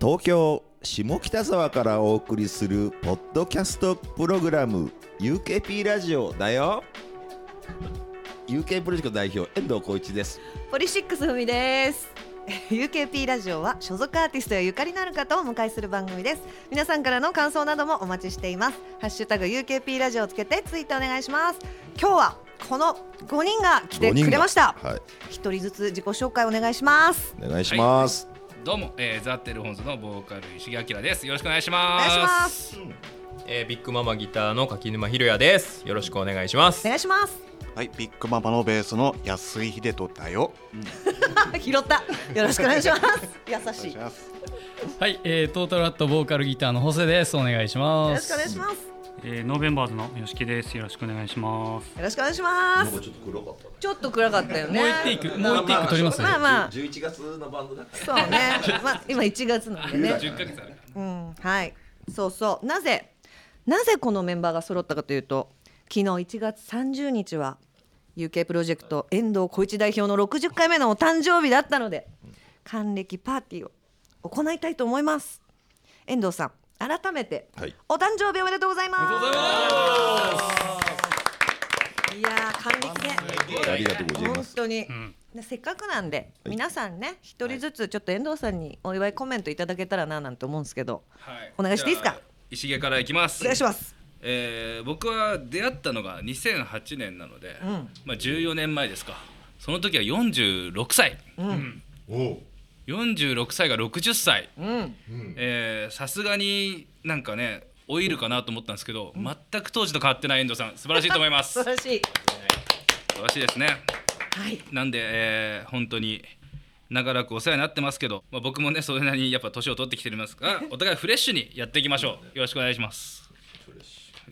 東京下北沢からお送りするポッドキャストプログラム UKP ラジオだよ UK プロジェクト代表遠藤浩一ですポリシックスふみです UKP ラジオは所属アーティストやゆかりのある方をお迎えする番組です皆さんからの感想などもお待ちしていますハッシュタグ UKP ラジオをつけてツイートお願いします今日はこの5人が来てくれましたはい一人ずつ自己紹介お願いします お願いします、どうも、えー、ザ・テルホンズのボーカル石木明です。よろしくお願いしおま願いす。しますえー、ビッグママギターの柿沼ひろやです。よろしくお願いしまおす。願いしますはい、ビッグママのベースの安井秀人だよ。あ拾ったよろしくお願いします優おしいよます。はい、えー、トータルアットボーカルギターのホセです。お願いします。ろしくお願いしますえー、ノーベンバーズの吉木です。よろしくお願いします。よろしくお願いしますちょっと黒かったちょっと暗かったよねもう一テイク、もう一テイク取ります。まあまあ11月のバンドだからそうねまあ今1月なんでね10ヶ月あるかうん、はい、そうそう、なぜ、なぜこのメンバーが揃ったかというと。昨日1月30日は UK プロジェクト遠藤浩一代表の60回目のお誕生日だったので還暦パーティーを行いたいと思います遠藤さん改めてはいお誕生日おめでとうございますいやー還暦ねありがとうございま本す当に、でせっかくなんで、い皆さんね一人ずつちょっと遠藤さんにお祝いコメントいただけたらななんて思うんですけど、ら。はいお願いしていいですかじゃあ石毛からいきます。お願いしす。ますえー、僕は出会ったのが2008年なので、んまあ14年前ですか。その時は46歳。うん。46歳が60歳。うんえーさすがになんかね、老いるかなと思ったんですけど、全く当時と変わってない遠藤さん、素晴らしいと思います。 素素晴らしい晴らしいですね。はいなんで、えー本当に長らくお世話になってますけど、まあ、僕もねそれなりにやっぱ年を取ってきてます がお互いフレッシュにやっていきましょうよろしくお願いします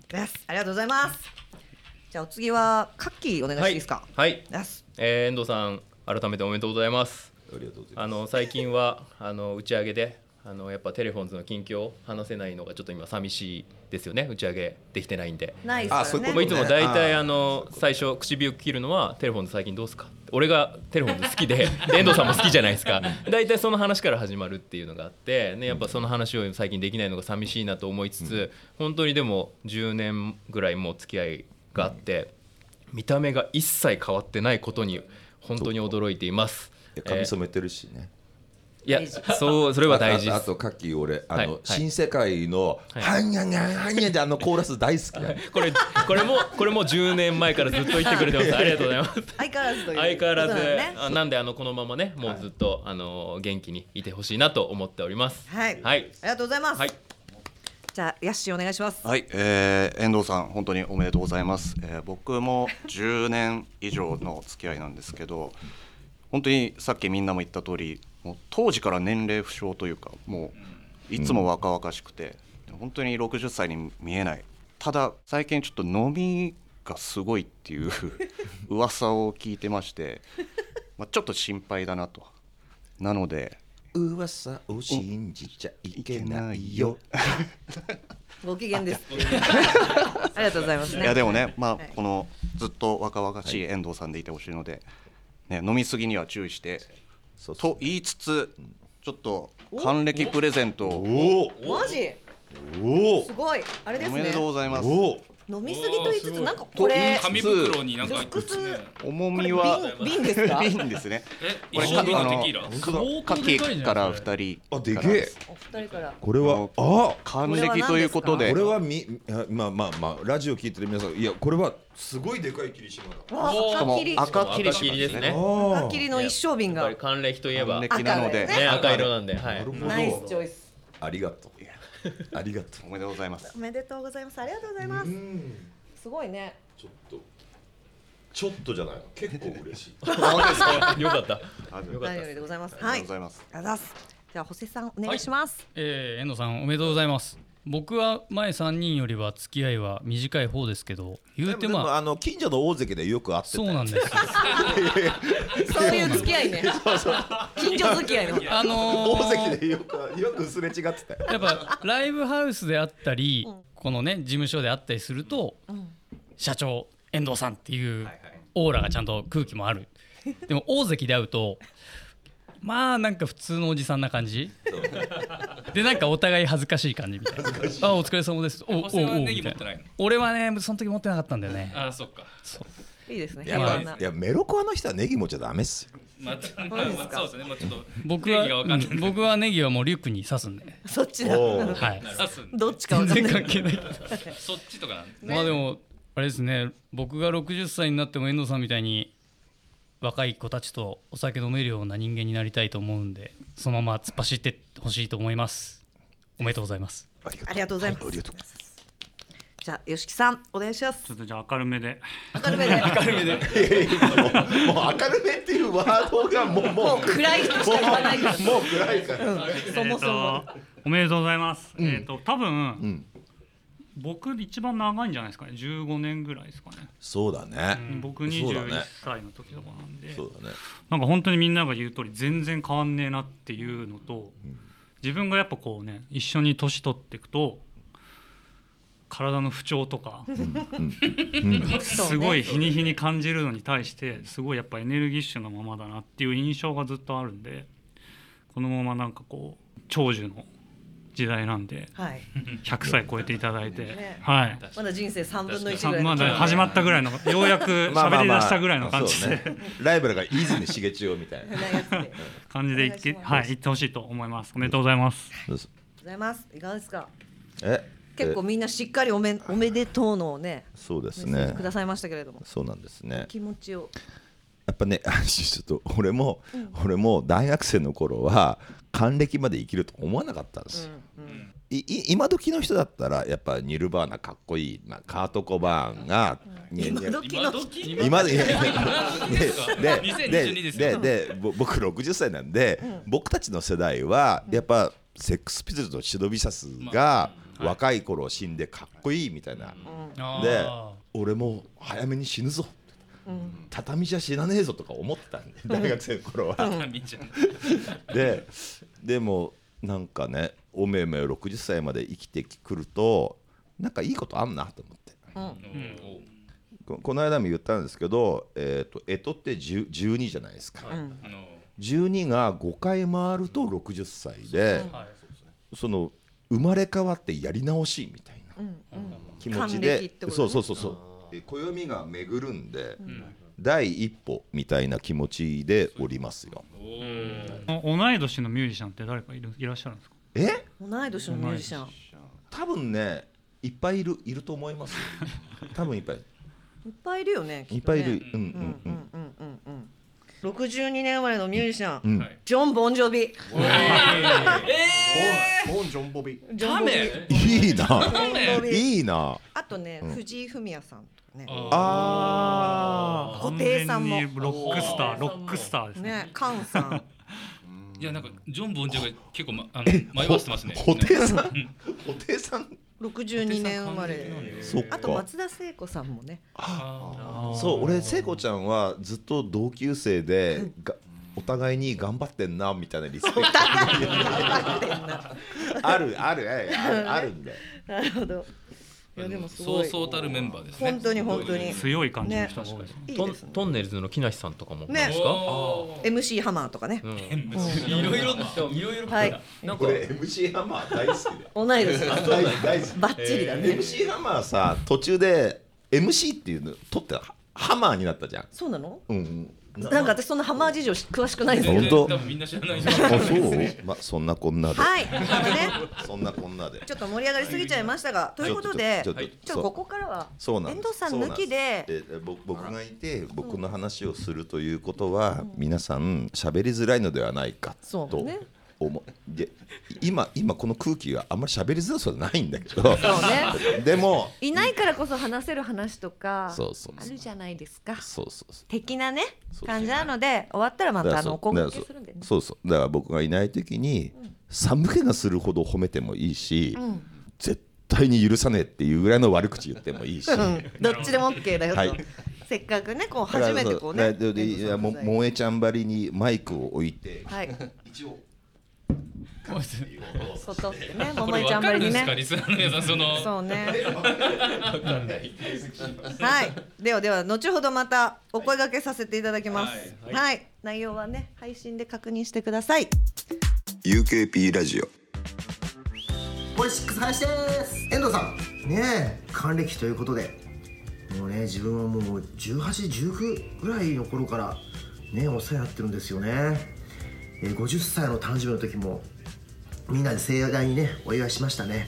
ですありがとうございますじゃあお次はカッキーお願いしていいですか、はい、ですえー、遠藤さん、改めておめでとうございます。あの最近はあの打ち上げで、あのやっぱテレフォンズの近況を話せないのがちょっと今寂しいですよね。打ち上げできてないんで。ないであすそうよねいうこもういつも大体あーあの最初唇を切るのはテレフォンズ最近どうすかって俺がテレフォンズ好きで で遠藤さんも好きじゃないですか大体その話から始まるっていうのがあって、ね、やっぱその話を最近できないのが寂しいなと思いつつ本当にでも10年ぐらいもう付き合いがあって見た目が一切変わってないことに本当に驚いています。いや髪染めてるしね、いやそうそれは大事あであすとカッキー俺あの、はいはい新世界の「いはんにゃんにゃんはんにゃん」であのコーラス大好きなのこれ これもこれも10年前からずっと言ってくれて ますありがとうございます相変わらずという相変わらず、ことなんでねあなんであのこのままねもうずっと、あの元気にいてほしいなと思っておりますはい、はいありがとうございます、はいじゃあヤッシーお願いしますはい、えー、遠藤さん、本当におめでとうございます。えー、僕も10年以上の付き合いなんですけど、本当にさっきみんなも言った通り、もう当時から年齢不詳というか、もういつも若々しくて、本当に60歳に見えない。ただ最近ちょっと飲みがすごいっていう 噂を聞いてまして、まあちょっと心配だなと。なので、噂を信じちゃいけないよご機嫌です ありがとうございますねいやでもね、まあいこのずっと若々しい遠藤さんでいてほしいので、ね飲みすぎには注意してそうそうと言いつつちょっと還暦プレゼントをおマジおすごいあれでおすめねでとうございます。お飲みすぎと言いつつなんかこと言いれつつ紙袋になんかルックス重これみは瓶瓶ですか瓶ですね。えこれ一緒に飲むテキーラあの相カ当でかいじキゃんからそれ二人あでかけらえすお二人からこれはあ還暦ということでこれはみあまあまあまあラジオ聞いてる皆さんいやこれはすごいでかい霧島だわおーしあか赤も切り赤赤切り赤切りですねやっあ切りの一升瓶ぱがり還暦といえば、還ね、暦なので赤だよ赤色なんで、はい、ナイスチョイスありがとう ありがとおめでとうございますお。めでとうございますありがとうございますすごいねちょっとちょっとじゃない結構嬉 しいよかったありよがとうかった大で丈す夫でございますはごいざいます。あざっす。じゃあ、補正さん、お願いします。えー、遠藤さん、おめでとうございます。僕は前三人よりは付き合いは短い方ですけど、言うてでもまあ。あの近所の大関でよく会ってたそうなんです。そういう付き合い ね。近所付き合いの。あの大ー関でよくよくすれ違ってたよやっぱライブハウスであったり、このね事務所であったりすると、社長遠藤さんっていうオーラがちゃんと空気もあるでも大関で会うとまあなんか普通のおじさんな感じでなんかお互い恥ずかしい感じみたいな「あお疲れ様です」おおお世話おネギみた持っいてなないの俺はねその時持ってなかったんだよねあーそっかいいですね。や平和っなぱいやメロコアの人はネギ持っちゃダメっすよまあ、まあそうですまあかそうですねまあちょっと僕ネギがはわかんないうん僕はネギはもうリュックに刺すんでそっちだ。おーはい刺すんだどっちかわかん全な然関係い。ないそっちとかなんだまあでもあれですね僕が60歳になっても遠藤さんみたいに若い子たちとお酒飲めるような人間になりたいと思うんでそのまま突っ走ってほしいと思いますおめでとうございますありありがとうございますはありがとうじゃあ、吉木さん、お願いしますちょ。っとじゃあ明るめで明るめで。 もう明るめっていうワードがもうももう暗い人しか言わないから。もう暗いからそもそも。えーとおめでとうございます、えっ、と多分、ん僕一番長いんじゃないですかね15年ぐらいですかね、そうだね僕そうだ21ね歳の時とかなんで、そうだねなんか本当にみんなが言う通り全然変わんねえなっていうのと、自分がやっぱこうね一緒に年取っていくと体の不調とか、すごい日に日に感じるのに対してすごいやっぱエネルギッシュなままだなっていう印象がずっとあるんでこのままなんかこう長寿の時代なんではい。 100歳超えていただいねて、はい、まだ人生三分の一さぐらいまの。だ始まったぐらいのようやく 喋り出したぐらいの感じそうでねライバルが泉重千代みたい な長いやつでありがとう感じでいって、お願はい、行ってほしいと思います。おめでとうございます。ございます。いかがですか。え結構えみんなしっかりおめ、おめでとうのをね。そうですメッセージねくださいましたけれども。そうなんですね気持ちを。やっぱね ちょっと俺も、俺も大学生の頃は還暦まで生きると思わなかったんですよ、いい今時の人だったらやっぱニルバーナかっこいい、まあ、カート・コバーンが、ね今ね時今の。時今 ででで2022ですでよでぼ僕60歳なんで、僕たちの世代はやっぱセックスピズルとシドビシャスが若い頃死んでかっこいいみたいな、であ俺も早めに死ぬぞ、畳じゃ死なねえぞとか思ってたんで大学生の頃は。見ちゃうででもなんかねおめおめ60歳まで生きてくるとなんかいいことあんなと思ってここの間も言ったんですけど、えー、と干支って10 12じゃないですか、あの12が5回回ると60歳で、その生まれ変わってやり直しみたいな気持ち還暦っでて、ことねそうそうそうそうえ暦が巡るんで、第一歩みたいな気持ちでおりますよ。同い年のミュージシャンって誰かいるいらっしゃるんですか。え同い年のミュージシャン。多分ねいっぱいいるいると思いま すよ多分いっぱいいっぱいいるよね。きいっとぱねいいる、ううんうんんううんんうんうんうん。六十二年生まれのミュージシャン。うん、はいジョン・ボンジョビ。ボンボンジョンボビジョン・ボンジョビ。いいな去ジョ年ンボンジョビいいなあとね、藤井フミヤさんとかね。あ布袋さんも完全にロックスター、ロックスターですね。ね、カンさん。いやなんかジョン・ボンジョが結構、ま、あの迷わせてますね布袋さん布袋さん六十二年生まれ。そっあとか松田聖子さんもね。そう俺聖子ちゃんはずっと同級生 でがお互いに頑張ってんなみたいなリスペクトあるあるあるあ るあるんでなるほど。いやでもすごそうい。そうたるメンバーですね本当に本当に。強い感じの人が多いですね。いいトンですね。トンネルズの木梨さんとかもねなんですか、お MC ハマーとかね。ーいろいろいろいろはい。なんかこれ MC ハマー大好きで同い年。大大好きバッチリだね。 MC ハマーさ途中で MC っていうの取ってハマーになったじゃんそうなの？うんなんか私そんなハマー事情詳しくないんですけど。本当多分みんな知らないあそうまあそんなこんなで、はい。あのね。そんなこんなでちょっと盛り上がりすぎちゃいましたが、ということで、ちちょょっとちょっとっとここからはそうなん遠です藤さん抜きで、そうなんすえぼ僕がいて僕の話をするということは、皆さん喋りづらいのではないかそうとね思うで今今この空気はあんまり喋りづらそうじゃないんだけど、 でもいないからこそ話せる話とかそうそうあそうるじゃないですか。そうそうそう的なねそう感じなので、終わったらまだかたらあのおそう声だ掛かけすらるんでね。そうそうだから僕がいない時に、寒気がするほど褒めてもいいし、絶対に許さねえっていうぐらいの悪口言ってもいいし、うんどっちでも OK だよと。はいせっかくねこう初めてこうね。だからそうだからいやも萌えちゃんばりにマイクを置いて、はい。一応外ってね、こ桃れ井ちわゃんかばるりんでにすか、ね。リスナーの皆さん、その。そうね。はい、ではでは後ほどまたお声掛けさせていただきます。はい、内容はね配信で確認してください。 UKP ラジオポイシックス林です遠藤さんねえ還暦ということでもうね自分はもう1819ぐらいの頃からねお世話になってるんですよね、えー50歳の誕生日の時もみんなで盛大にねお祝いしましたね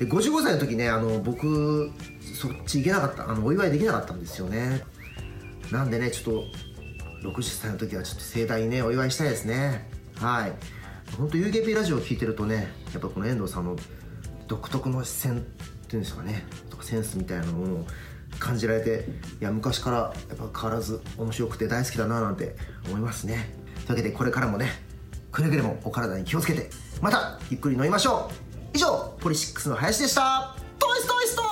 で55歳の時ねあの僕そっち行けなかったあのお祝いできなかったんですよねなんでねちょっと60歳の時はちょっと盛大にねお祝いしたいですねはい本当 UKP ラジオを聞いてるとねやっぱこの遠藤さんの独特の視線っていうんですかねとかセンスみたいなものを感じられていや昔からやっぱ変わらず面白くて大好きだななんて思いますねというわけでこれからもねくれぐれもお体に気をつけてまたゆっくり飲みましょう以上ポリシックスの林でしたトイストイスト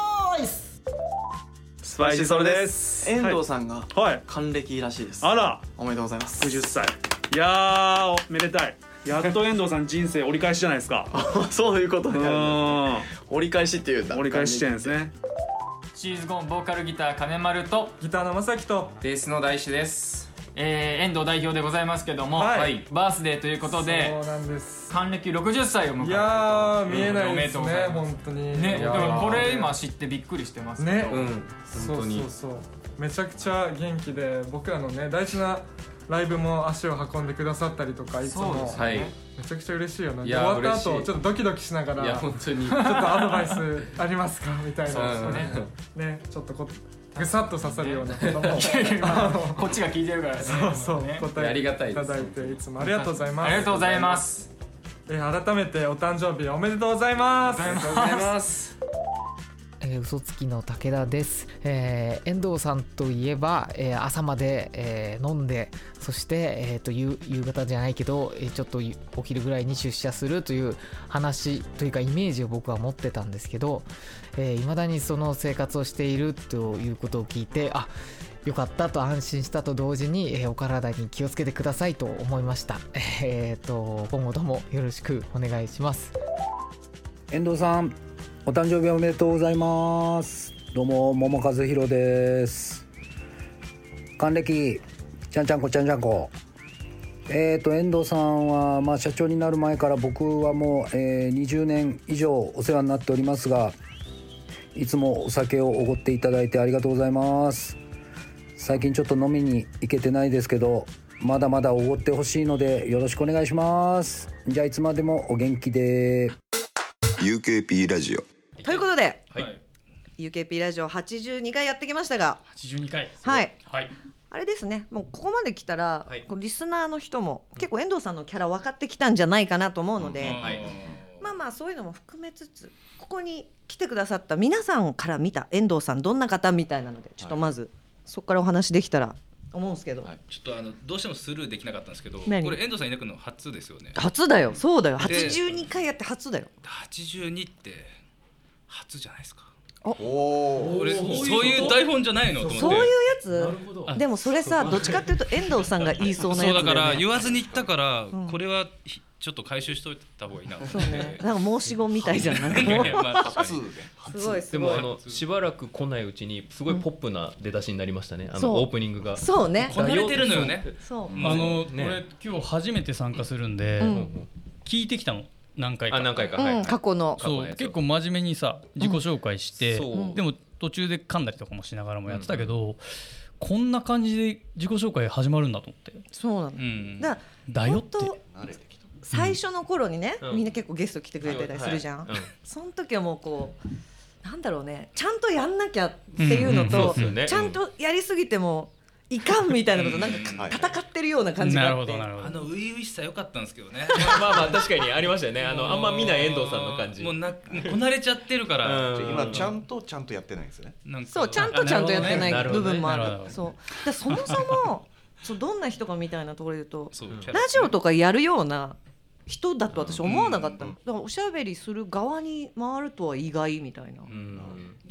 イススパイシーソルです遠藤さんがはい還暦らしいです、あらおめでとうございます60歳いやーおめでたいやっと遠藤さん人生折り返しじゃないです かそういうことうになるんんです折り返しっていうんだ折り返し地点ですねチーズゴーンボーカルギター金丸とギターの正樹とベースの大志です、えー、遠藤代表でございますけども、はいはいバースデーということでうなんです還暦60歳を迎えいたやー見ええなないいでですすねね本当にねでもこれ今知ってびっくりしてますけどね、本そう当にそうそうめちゃくちゃ元気で僕らのね大事なライブも足を運んでくださったりとかいつそうでもすね、はいめちゃくちゃ嬉しいよない終やわった嬉後しいちょっとドキドキしながらいやちょっ本当にとアドバイスありますかみたいそうですなよねねちょっとこぐさっと刺さるようなこともまあこっちが聞いてるからねそうそうね答あえりてがたいいでたすだいていつもありがとうございますありがとうございますえー改めてお誕生日おめでとうございますありがとうございますえー嘘つきの武田です、えー遠藤さんといえば、えー朝まで、えー飲んでそして、えーと夕夕方じゃないけど、えーちょっとゆお昼ぐらいに出社するという話というかイメージを僕は持ってたんですけどいま、未だにその生活をしているということを聞いてあよかったと安心したと同時に、えーお体に気をつけてくださいと思いました。えーと今後ともよろしくお願いします。遠藤さんお誕生日おめでとうございますどうも桃和弘です還暦ちゃんちゃんこちゃんちゃんこえー、と遠藤さんは、まあ、社長になる前から僕はもう、えー20年以上お世話になっておりますがいつもお酒をおごっていただいてありがとうございます最近ちょっと飲みに行けてないですけどまだまだおごってほしいのでよろしくお願いしますじゃあいつまでもお元気で UKP ラジオということで、はい、 UKP ラジオ82回やってきましたが、 82回はいはいあれですねもうここまで来たら、はいこうリスナーの人も結構遠藤さんのキャラ分かってきたんじゃないかなと思うので、はいまあまあそういうのも含めつつここに来てくださった皆さんから見た遠藤さんどんな方みたいなのでちょっとまず、そこからお話できたら思うんですけど、ちょっとあのどうしてもスルーできなかったんですけど、こ何れ遠藤さんいなくの初ですよね。初だよそうだよで82回やって初だよ82って初じゃないですか。お俺そういう台本じゃないのと思って。そういうやつほどでもそれさどっちかっていうと遠藤さんが言いそうなそうやだつかだらよね言わずに言ったから、んこれはひちょっと回収しといた方がいいなとそ思うって。ねなんか申し子みたいじゃんなんか いやいやまあ確かにすごいすでごもいあのしばらく来ないうちにすごいポップな出だしになりましたねあそのうオープニングがそうねこなれてるのよね。そううんあの、ねこれ今日初めて参加するんで、うん聞いてきたの何回かあ何回か、うはい、ん過去の過去そのうやつを結構真面目にさ自己紹介して、そうでも途中で噛んだりとかもしながらもやってたけど、こんな感じで自己紹介始まるんだと思ってそうなのうん。だかだらよ本って当最初の頃にねうんみんな結構ゲスト来てくれてたりするじゃんはいその時はもうこうなんだろうねちゃんとやんなきゃっていうのうんうんそうとっすよねちゃんとやりすぎてもいかんみたいなことなんかはい戦ってるような感じがなるあほっどてなるほあどの初々しさ良かったんですけど ね。まあまあ確かにありましたよねあのあんま見ない遠藤さんの感じもうなもうこなれちゃってるから。うん今ちゃんとちゃんとやってないんですねなんかそうちゃんとちゃんとやってなないるほど部ね分もあなるほるどそうでそもそもそうどんな人かみたいなところで言うとそうラジオとかやるような人だと私思わなかったのだからおしゃべりする側に回るとは意外みたいなうん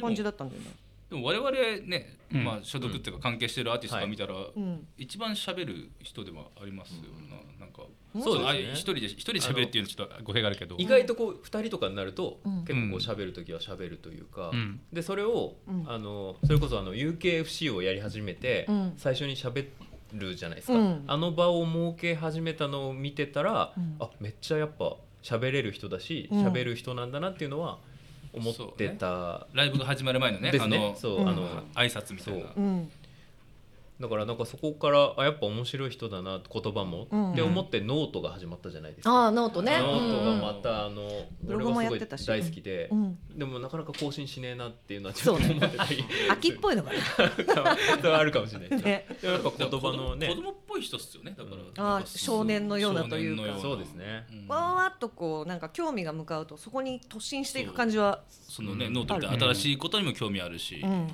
感じだったんだよねでも我々ね、うんまあ、所属っていうか関係してるアーティストが見たら、うん一番喋る人でもありますよな,、なんかそうですねあ一人で一人で喋るっていうのはちょっと語弊があるけど意外とこう2人とかになるとうん結構こう喋る時は喋るというか、うんでそれを、うんあのそれこそあの UKFC をやり始めて、うん最初に喋るじゃないですか、うんあの場を設け始めたのを見てたら、うんあめっちゃやっぱ喋れる人だしうん喋る人なんだなっていうのは思ってた、ライブが始まる前のねですねあのそう、うんあの挨拶みたいなそうだからなんかそこからあやっぱ面白い人だな言葉も、うんって思ってノートが始まったじゃないですか。ああノートねノートうんうがまんたあの、ブロ俺グもがすやっごいてたし大好きで、うんでもなかなか更新しねえなっていうのはちょっと思ってたり、秋っぽいのか なそれはあるかもしれないですねね。でもやっぱ言葉のね子供っぽい人っすよねだから、あー少年のようなというかそうですね。わわわっとこうなんか興味が向かうとそこに突進していく感じはそのね、うんノートってある新しいことにも興味あるし、うん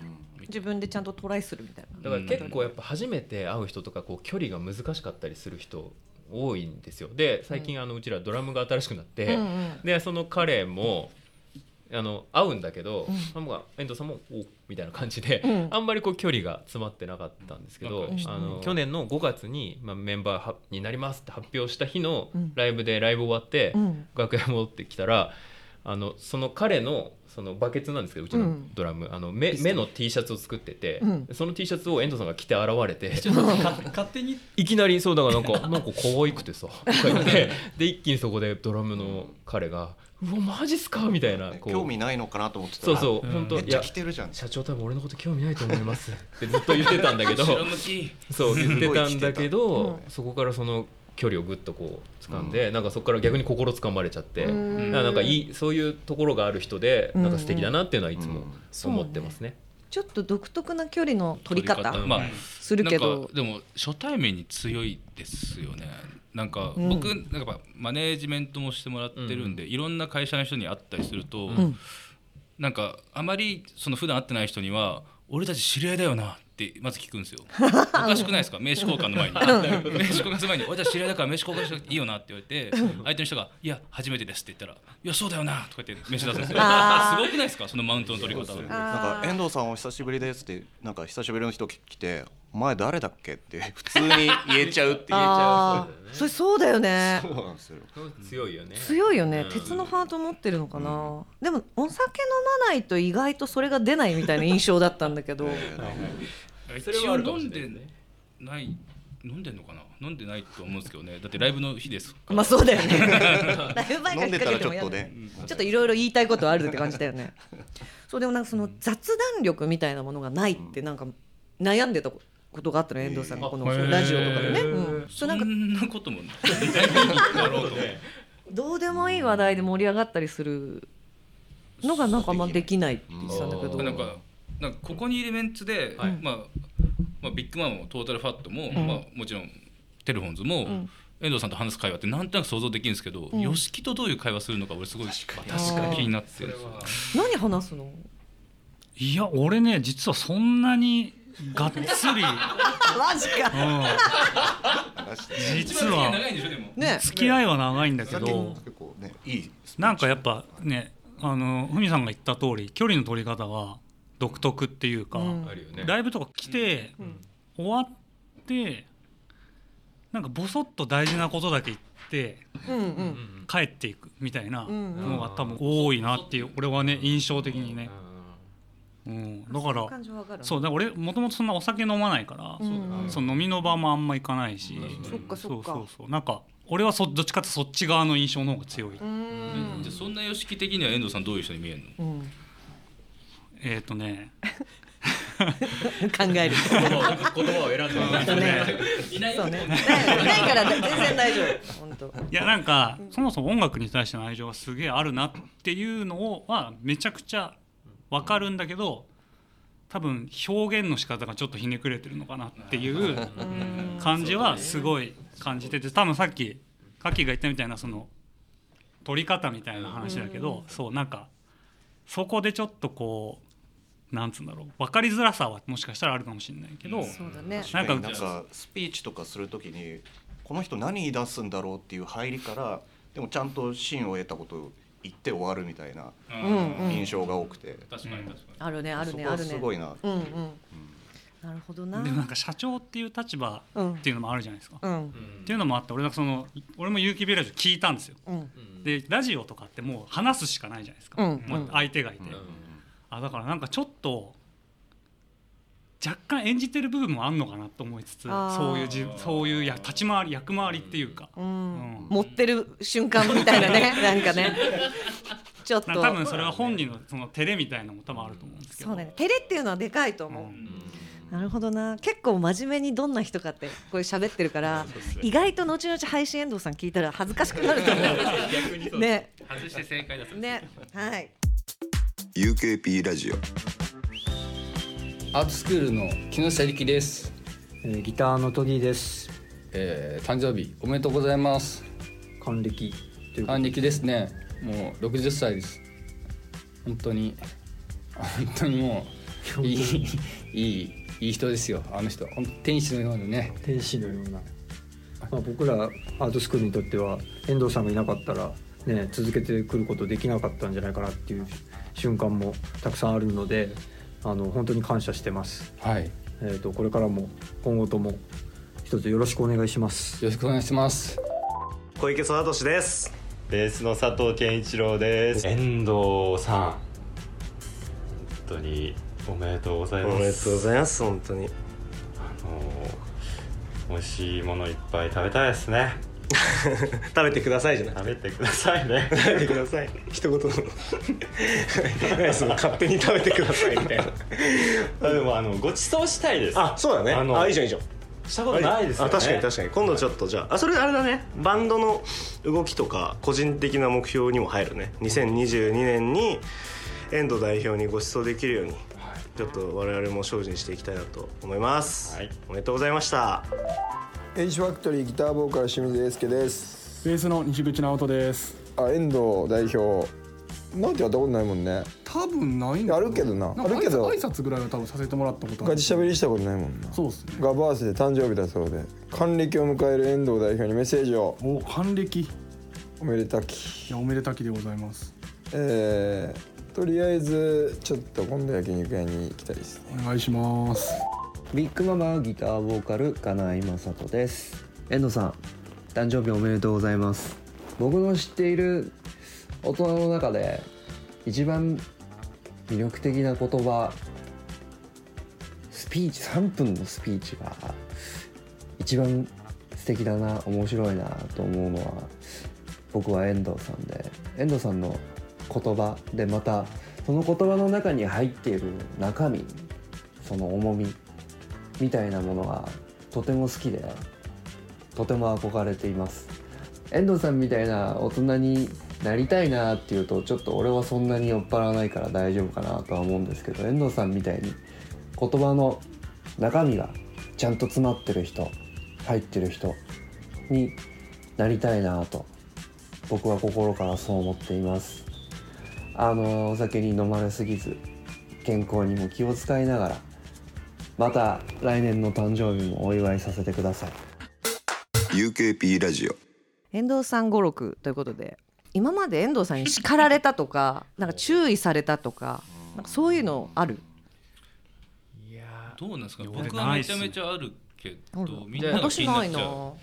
自分でちゃんとトライするみたいなだから結構やっぱ初めて会う人とかこう距離が難しかったりする人多いんですよで最近あのうちらドラムが新しくなって、うんうんでその彼もあの会うんだけど、あんま遠藤さんも「おみたいな感じで、うんあんまりこう距離が詰まってなかったんですけど、なんかあのうん去年の5月に、まあ、メンバーはになりますって発表した日のうんライブでライブ終わって、うん楽屋戻ってきたらあのその彼のそのバケツなんですけどうちうのんドラム、あの目目の T シャツを作ってて、うんその T シャツを遠藤さんが着て現れて ちょっと勝勝手にいきなりそうだからなんか なんか可愛くてさとか言ってで一気にそこでドラムの彼が「うわマジっすか?」みたいなこう興味ないのかなと思ってたそうそううん本当めっちゃ来てるじゃん社長多分俺のこと興味ないと思い ますってずっと言ってたんだけど後ろ向きそう言ってたんだけすごいどそこからその距離をぐっとこう掴んで、なんかそこから逆に心掴まれちゃって、うんなんかいいそういうところがある人でなんか素敵だなっていうのはいつも思ってますね。ちょっと独特な距離の取り方まあするなけんどかでも初対面に強いですよねなんかうん僕、なんかやっぱマネージメントもしてもらってるんで、いろんな会社の人に会ったりすると、うんなんかあまりその普段会ってない人には「俺たち知り合いだよな」ってまず聞くんです よおかしくないですか名刺交換の前に名刺交換する前に「俺たち知り合いだから名刺交換しなくていいよな」って言われて相手の人が「いや初めてです」って言ったら「いやそうだよな」とか言って名刺出すんですよあすーごくないですかそのマウントの取り方なんか遠藤さんお久しぶりですってなんか久しぶりの人来てお前誰だっけって普通に言えちゃうって言えちゃあ ーそれそうだよねそうなんですよ強いよね強いよね、うん鉄のハート持ってるのかな、でもお酒飲まないと意外とそれが出ないみたいな印象だったんだけど、一応飲んでない飲んでんのかな飲んでないと思うんですけどねだってライブの日ですからまあそう だよねだいぶ前から飲んでたらちょっとね引っ掛けてもうやんだちょっといろいろ言いたいことあるって感じだよねそうでもなんかその雑談力みたいなものがないってなんか悩んでたことがあったの遠藤さんがこのあへーラジオとかでね、うんそんなこと もどうでもいい話題で盛り上がったりするのがなんかまあできないって言ってたんだけどなんかなんかここにいるメンツで、まあまあ、ビッグマンもトータルファットも、うんまあ、もちろんテレフォンズも、ん遠藤さんと話す会話ってなんとなく想像できるんですけどうん吉木、とどういう会話するのか俺すごい確かに気になってる何話すのいや俺ね実はそんなにがっつり マジか実一番付き合い長はいんでしょでもね付き合いは長いんだけど結構ねいいなんかやっぱねあのふみさんが言った通り距離の取り方が独特っていうか、うんあるよねライブとか来て、終わってなんかボソッと大事なことだけ言って、うんうん帰っていくみたいなうんうんのが多分多いなっていう俺はね印象的にね、うん、だかそらの感じわかるそうだから俺もともとそんなお酒飲まないから、そうだよねその飲みの場もあんま行かないし、そっかそっそかうそうそうなんか俺はそどっちかってそっち側の印象の方が強い、じゃあそんな吉木的には遠藤さんどういう人に見えるのうん、えっ、ー、とね 考える言葉を言葉を選んでますねいないそうねないないから全然大丈夫本当いやなんかそもそも音楽に対しての愛情がすげえあるなっていうのをはめちゃくちゃわかるんだけど多分表現の仕方がちょっとひねくれてるのかなっていう感じはすごい感じてて多分さっきカキが言ったみたいなその取り方みたいな話だけどそうなんかそこでちょっとこうなんつうんだろう分かりづらさはもしかしたらあるかもしれないけどそうだねななんんかかなんかスピーチとかするときにこの人何言い出すんだろうっていう入りからでもちゃんと芯を得たことを行って終わるみたいなうんうん印象が多くて、確かに確かにあるねあるねそこあはるねすごいなってういんううんなるほどなでもなんか社長っていう立場っていうのもあるじゃないですか、うっんていうのもあって俺なんかその俺も有機ビラジオ聞いたんですよ、うんでラジオとかってもう話すしかないじゃないですか、うんもう相手がいて、あだからなんかちょっと若干演じてる部分もあんのかなと思いつつあーそういうじそういうや立ち回り役回りっていうか、うん持ってる瞬間みたいなねなんかねちょっと多分それは本人のその照れみたいなのも多分あると思うんですけどそうだね照れっていうのはでかいと思う、なるほどな結構真面目にどんな人かってこう喋ってるから、意外と後々配信遠藤さん聞いたら恥ずかしくなる と思う逆にそうね外して正解だったねはい UKP ラジオアートスクールの木下力です、えーギターのトギーです、えー誕生日おめでとうございます還暦還暦ですねもう60歳です本当に本当にもう いいいいいい人ですよあの人ほんと天使のようなね天使のような、まあ、僕らアートスクールにとっては遠藤さんがいなかったら、ね、続けてくることできなかったんじゃないかなっていう瞬間もたくさんあるのであの本当に感謝してます、はいえー、とこれからも今後とも一つよろしくお願いしますよろしくお願いします小池聡俊ですベースの佐藤健一郎です遠藤さん本当におめでとうございますおめでとうございます本当にあの美味しいものいっぱい食べたいですね 食べてくださいじゃない食べてくださいね 食べてください一言その勝手に食べてくださいみたいな あでもあのごちそうしたいですあそうだねあのいいじゃんいいじゃんしたことないですよねあ確かに確かに今度ちょっとじゃああそれあれだねバンドの動きとか個人的な目標にも入るね2022年に遠藤代表にご馳走できるようにちょっと我々も精進していきたいなと思います、おめでとうございましたエイジファクトリーギターボーカル清水英介ですベースの西口直人ですあ遠藤代表なんてやったことないもんね多分ないんあるけどななあんかるけど挨拶ぐらいは多分させてもらったことあガるチ喋りしたことないもんなそうっすねがバースで誕生日だそうで還暦を迎える遠藤代表にメッセージをお還暦おめでたきいやおめでたきでございますえー、とりあえずちょっと今度焼肉屋に行きたいですねお願いしますビッグママギターボーカル金井雅人です遠藤さん誕生日おめでとうございます僕の知っている大人の中で一番魅力的な言葉スピーチ3分のスピーチが一番素敵だな面白いなと思うのは僕は遠藤さんで遠藤さんの言葉でまたその言葉の中に入っている中身その重みみたいなものがとても好きでとても憧れています遠藤さんみたいな大人になりたいなっていうとちょっと俺はそんなに酔っ払わないから大丈夫かなとは思うんですけど遠藤さんみたいに言葉の中身がちゃんと詰まってる人入ってる人になりたいなと僕は心からそう思っていますあのお酒に飲まれすぎず健康にも気を使いながらまた来年の誕生日もお祝いさせてください UKP ラジオ遠藤さん語録ということで今まで遠藤さんに叱られたとかなんか注意されたとかなんかそういうのあるどうなんですかや僕俺なはいっめすちゃめちゃあるけあどるみんなが気になっちゃう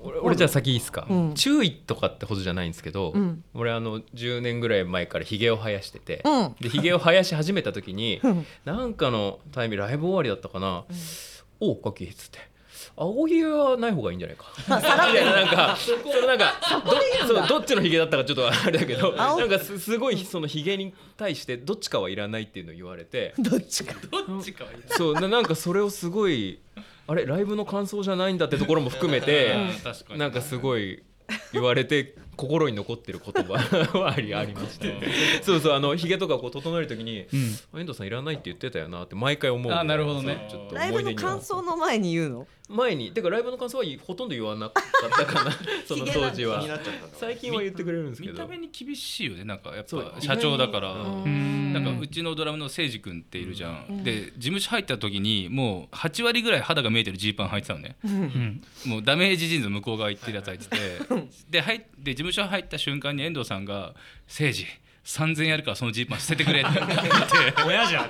俺俺じゃあ先いいですか、うん注意とかってほどじゃないんですけど、うん俺あの10年ぐらい前からひげを生やしてて、うんでひげを生やし始めた時にうんなんかのタイミングライブ終わりだったかな「おうかき」っつって「青ひげはない方がいいんじゃないか」みたいななんかそのなんかどそうどっちのひげだったかちょっとあれだけど青なんかすすごいそのひげに対してどっちかはいらないっていうのを言われてどっちかどっちかはいい そうななんかそれをすごいあれライブの感想じゃないんだってところも含めてうん確かになんかすごい言われて心に残ってる言葉 はありありましてそうそうあのひげとかこう整える時に「遠藤さんいらないって言ってたよな」って毎回思うんであなるほどねそうちょっとライ思ブい出のに感想の前に言 うの前にてかライブの感想はほとんど言わなかったかなその当時はひげなんです最近は言ってくれるんですけ見どた目に厳しいよねなんかやっそうぱ社長だからうんなんかうちのドラムの誠司君っているじゃん、うんで事務所入った時にもう8割ぐらい肌が見えてるジーパン履いてたのね、うんもうダメージジーンズ向こう側行ってるやつ履いててで入って事務所入った瞬間に遠藤さんが「誠司3000円やるからそのジーパン捨ててくれ」って言って親じゃん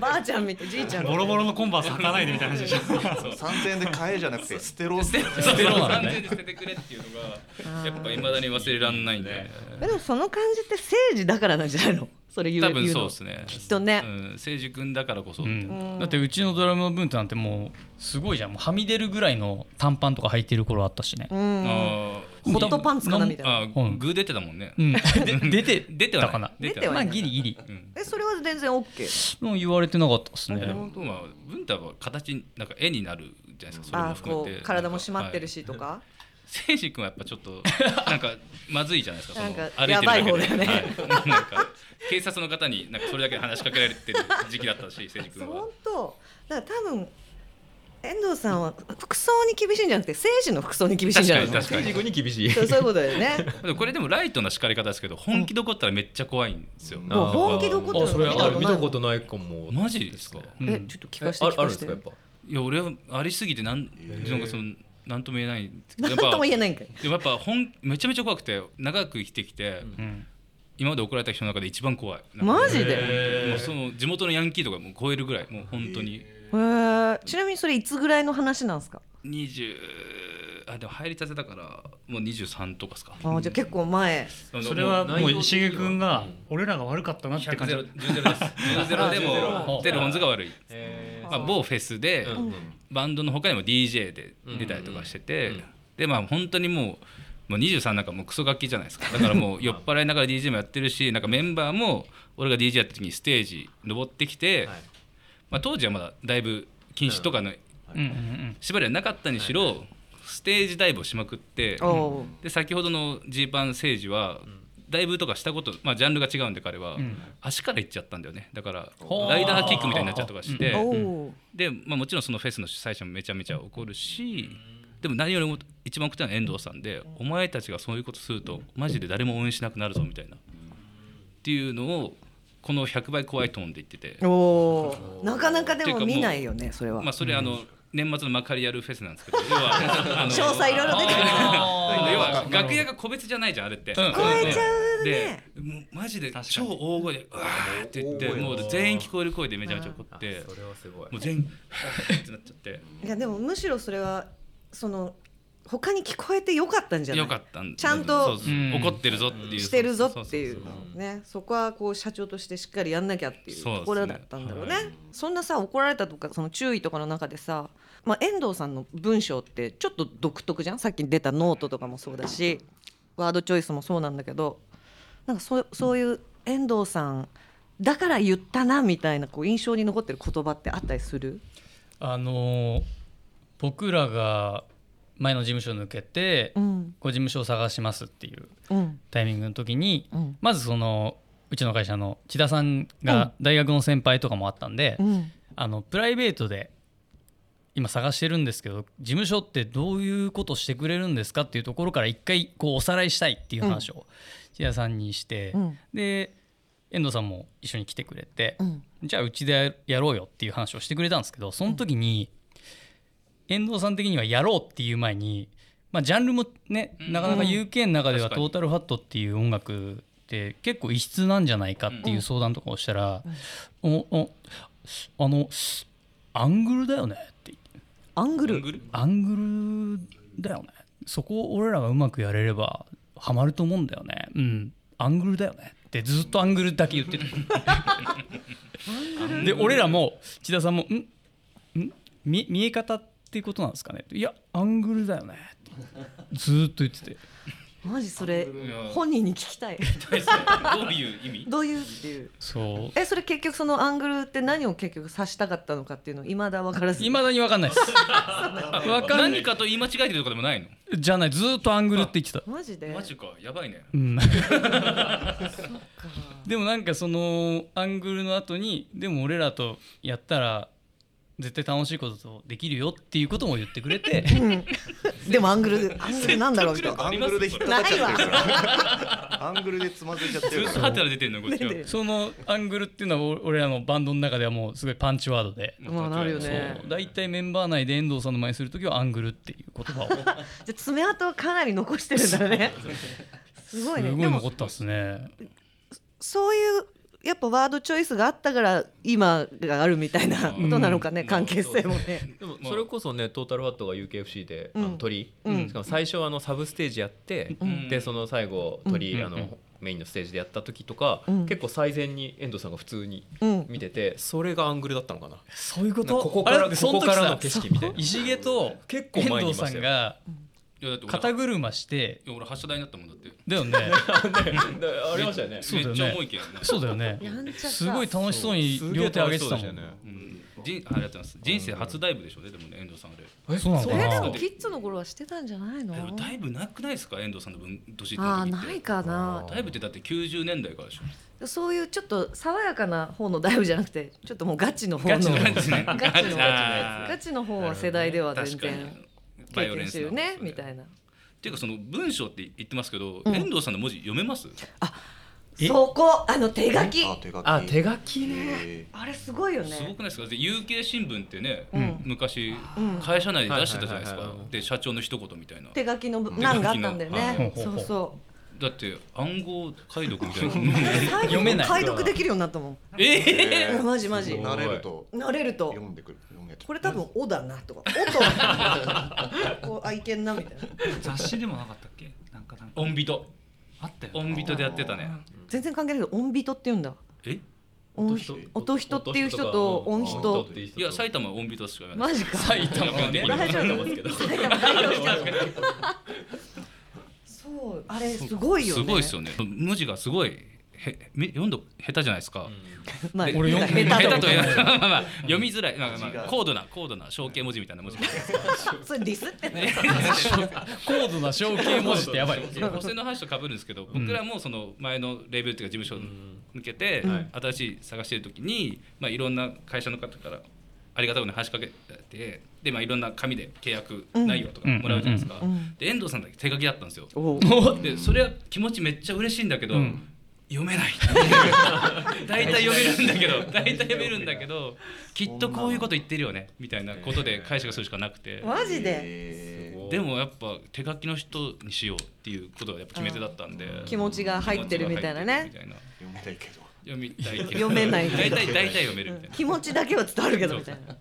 ばあちゃんみたいじいちゃんみたボいロボロのコンバース履かないでみたいな話でしょ 3000円で買えじゃなくて捨てろ捨て捨てろ完全に捨ててくれっていうのがやっぱいまだに忘れらんないんで、 えでもその感じって政治だからなんじゃないのそれ言う多分言そうのですねきっとねうん、誠司君だからこそって、うんだってうちのドラムの分担なんてもうすごいじゃんもうはみ出るぐらいの短パンとか履いてる頃あったしねうんあーホットパンツかなみたいなあーグー出てたもんね、 うん出て出てはないだから出て出てはなはないいまあギリギリ、うんえそれは全然 OK もう言われてなかったですね本当は文太は形になんか絵になるじゃないですかそれもあ含こめてう体も締まってるしとか誠司君はやっぱちょっ となんかまずいじゃないですかそのなんか歩いてるだけでやばい方だよねはいなんか警察の方になんかそれだけで話しかけられてる時期だったし誠司君は本当だから多分遠藤さんは服装に厳しいんじゃなくて政治の服装に厳しいんじゃないの確かに確かに厳しそうそういうことだ よねでもこれでもライトな叱り方ですけど本気で怒ったらめっちゃ怖いんですよ、もう本気で怒ってるのあそれある見たことないかもマジですか、えうんちょっと聞かせてえある聞かせてあるんですかやいや俺はありすぎてなん、なんかそのなんとも言えないんですけど なんとも言えないんかいでもやっぱ本めちゃめちゃ怖くて長く生きてきて、今まで怒られた人の中で一番怖いマジでへーもうその地元のヤンキーとかもう超えるぐらいもう本当にへーちなみにそれいつぐらいの話なんですか20あでも入りたてだからもう23とかですかあーじゃあ結構前それはもう石毛君が俺らが悪かったなって感じ10-0です10-0で もテルホンズが悪いへ、ーまあ、某フェスで、うんバンドの他にも DJ で出たりとかしてて、でまあ本当にもうもう23なんかもうクソガキじゃないですかだから もう酔っ払いながら DJ もやってるしなんかメンバーも俺が DJ やった時にステージ登ってきて、まあ、当時はまだだいぶ禁止とかのうんうんうん縛りはなかったにしろ、ステージダイブをしまくって、おうで先ほどのジーパン政治は、ダイブとかしたこと、まあ、ジャンルが違うんで彼は、うん足から行っちゃったんだよねだからほうライダーキックみたいになっちゃったとかして、うんおうで、まあ、もちろんそのフェスの主催者もめちゃめちゃ怒るし、でも何よりも一番怒ったのは遠藤さんで、お前たちがそういうことするとマジで誰も応援しなくなるぞみたいなっていうのをこの100倍怖いトーンで言ってて。おーなかなかでっていうもか見ないよねそれはまあそれあの、年末のマカリアルフェスなんですけど、要 はあの詳細いろいろ出てくるあー要は楽屋が個別じゃないじゃんあれって。聞こえちゃうねで、もうマジで超大声でうわーって言って、もう全員聞こえる声でめちゃめちゃ怒って、それはすごい。もう全員 ってなっちゃって。いやでもむしろそれはその他に聞こえてよかったんじゃないよかったんちゃんとそうそううん怒ってるぞっていうしてるぞそうっそてういうねそこはこう社長としてしっかりやんなきゃってそいううですねところだったんだろうねはそんなさ怒られたとかその注意とかの中でさ、まあ、遠藤さんの文章ってちょっと独特じゃんさっき出たノートとかもそうだしワードチョイスもそうなんだけどなんかそうそういう遠藤さんだから言ったなみたいなこう印象に残ってる言葉ってあったりするあのー僕らが前の事務所抜けて、うんご事務所を探しますっていううんタイミングの時に、うんまずそのうちの会社の千田さんが大学の先輩とかもあったんで、うんあのプライベートで今探してるんですけど事務所ってどういうことしてくれるんですかっていうところから一回こうおさらいしたいっていう話を千田さんにして、うんで遠藤さんも一緒に来てくれて、うんじゃあうちでやろうよっていう話をしてくれたんですけどその時に遠藤さん的にはやろうっていう前に、まあ、ジャンルもねなかなか UK の中では確かトにータルファットっていう音楽って結構異質なんじゃないかっていう相談とかをしたら「おおあのアングルだよね」って言ってアングルアングルだよねそこを俺らがうまくやれればハマると思うんだよねうんアングルだよねってずっとアングルだけ言ってたで俺らも千田さんも「んん見見え方っていうことなんですかね?」いやアングルだよね」ってずーっと 言っててマジそれや本人に聞きたいどういう意味？どういうっていうそうえそれ結局そのアングルって何を結局指したかったのかっていうのいまだ分からずいまだに分かんない ですわかんない何かと言い間違えてるとかでもないの？じゃないずーっとアングルって言ってたマジでマジかやばいね。うん でもなんかそのアングルの後にでも俺らとやったら絶対楽しいこととできるよっていうことも言ってくれて、でもアングルアングルなんだろうみたいなアングルで引っかかっないちゃわってるアングルでつまずいちゃってずるっと働いてんのこっちはそのアングルっていうのは俺らのバンドの中ではもうすごいパンチワードでまあなるよねそう大体メンバー内で遠藤さんの前にする時はアングルっていう言葉をじゃあ爪痕はかなり残してるんだねすごいねすごでいも残ったっすねそういうやっぱワードチョイスがあったから今があるみたいなことなのかね、関係性もね。でもそれこそねトータルファットが UKFC で、あうのん鳥、うんしかも最初はあのサブステージやって、うんでその最後鳥、うんあうのメインのステージでやった時とか、うん結構最前に遠藤さんが普通にうん見てて、それがアングルだったのかなそういうことここからあれだってここからの景色みたいな石毛と結構前遠にいま藤したよさんが肩車していや俺発射台になったもんだってだよねありましたよねそうだよめっちゃ重いけどねそうだよねやんちゃさすごい楽しそうに両手上げてたもんうん人ありがとうございます人生初ダイブでしょうねでもね遠藤さんあれえそうなのそかなれでもキッズの頃はしてたんじゃないのでもダイブなくないですか遠藤さんの分年ってああないかなダイブってだって90年代からでしょそういうちょっと爽やかな方のダイブじゃなくてちょっともうガチの方のガチのやつねガチのガチのやつガチの方は世代では全確か然にバイ経オレン験スしてなるねみたいなっていうかその文章って言ってますけど、うん遠藤さんの文字読めますそこあの手書きあ手書きあ手書きねあれすごいよすごねくないですかで UK 新聞ってね、うん昔うん会社内で出してたじゃないですはいかはいはいで社長の一言みたいな手書きの手書きの欄があったんだよねはいそうそだって暗号解読みた いなう読めない解読できるようになったもんえーうんマジマジ慣れると慣れると読んでくる読んでこれ多分「お」だなとか「お」とこうあいけんなみたいな雑誌でもなかったっけなんかなんか音人あったよ音人でやってたね全然関係ないけど音人って言うんだえ音人音人っていう人と音人いや埼玉は音人しか言わないマジか埼玉はね大丈夫埼玉代表しちゃうそうあれすごいよねすごいですよね文字がすごいへめ読んど下手じゃないですか、まあで俺読ん下下手手と下だ手とと思ういうかまあまあ読みづらい、まあまあ、高度な高度な象形文字みたいな文字が それディスってね高度な象形文字ってやばい補正の話と被るんですけど僕らもその前のレビューっていうか事務所に向けてうん新しい探してる時に、まあ、いろんな会社の方からありがたくね話しかけてで、まあ、いろんな紙で契約内容とかもらうじゃないですか、うんうんうんうんで遠藤さんだけ手書きだったんですよおでそれは気持ちめっちゃ嬉しいんだけど、うん読めない大体読めるんだけど大体読めるんだけどきっとこういうこと言ってるよねみたいなことで解釈するしかなくてマジででもやっぱ手書きの人にしようっていうことがやっぱ決め手だったんで気持ちが入ってるみたいなね気持ちが入ってるみたいな読みたいけど読めない大体大体読めるみたいな気持ちだけは伝わるけどみたいない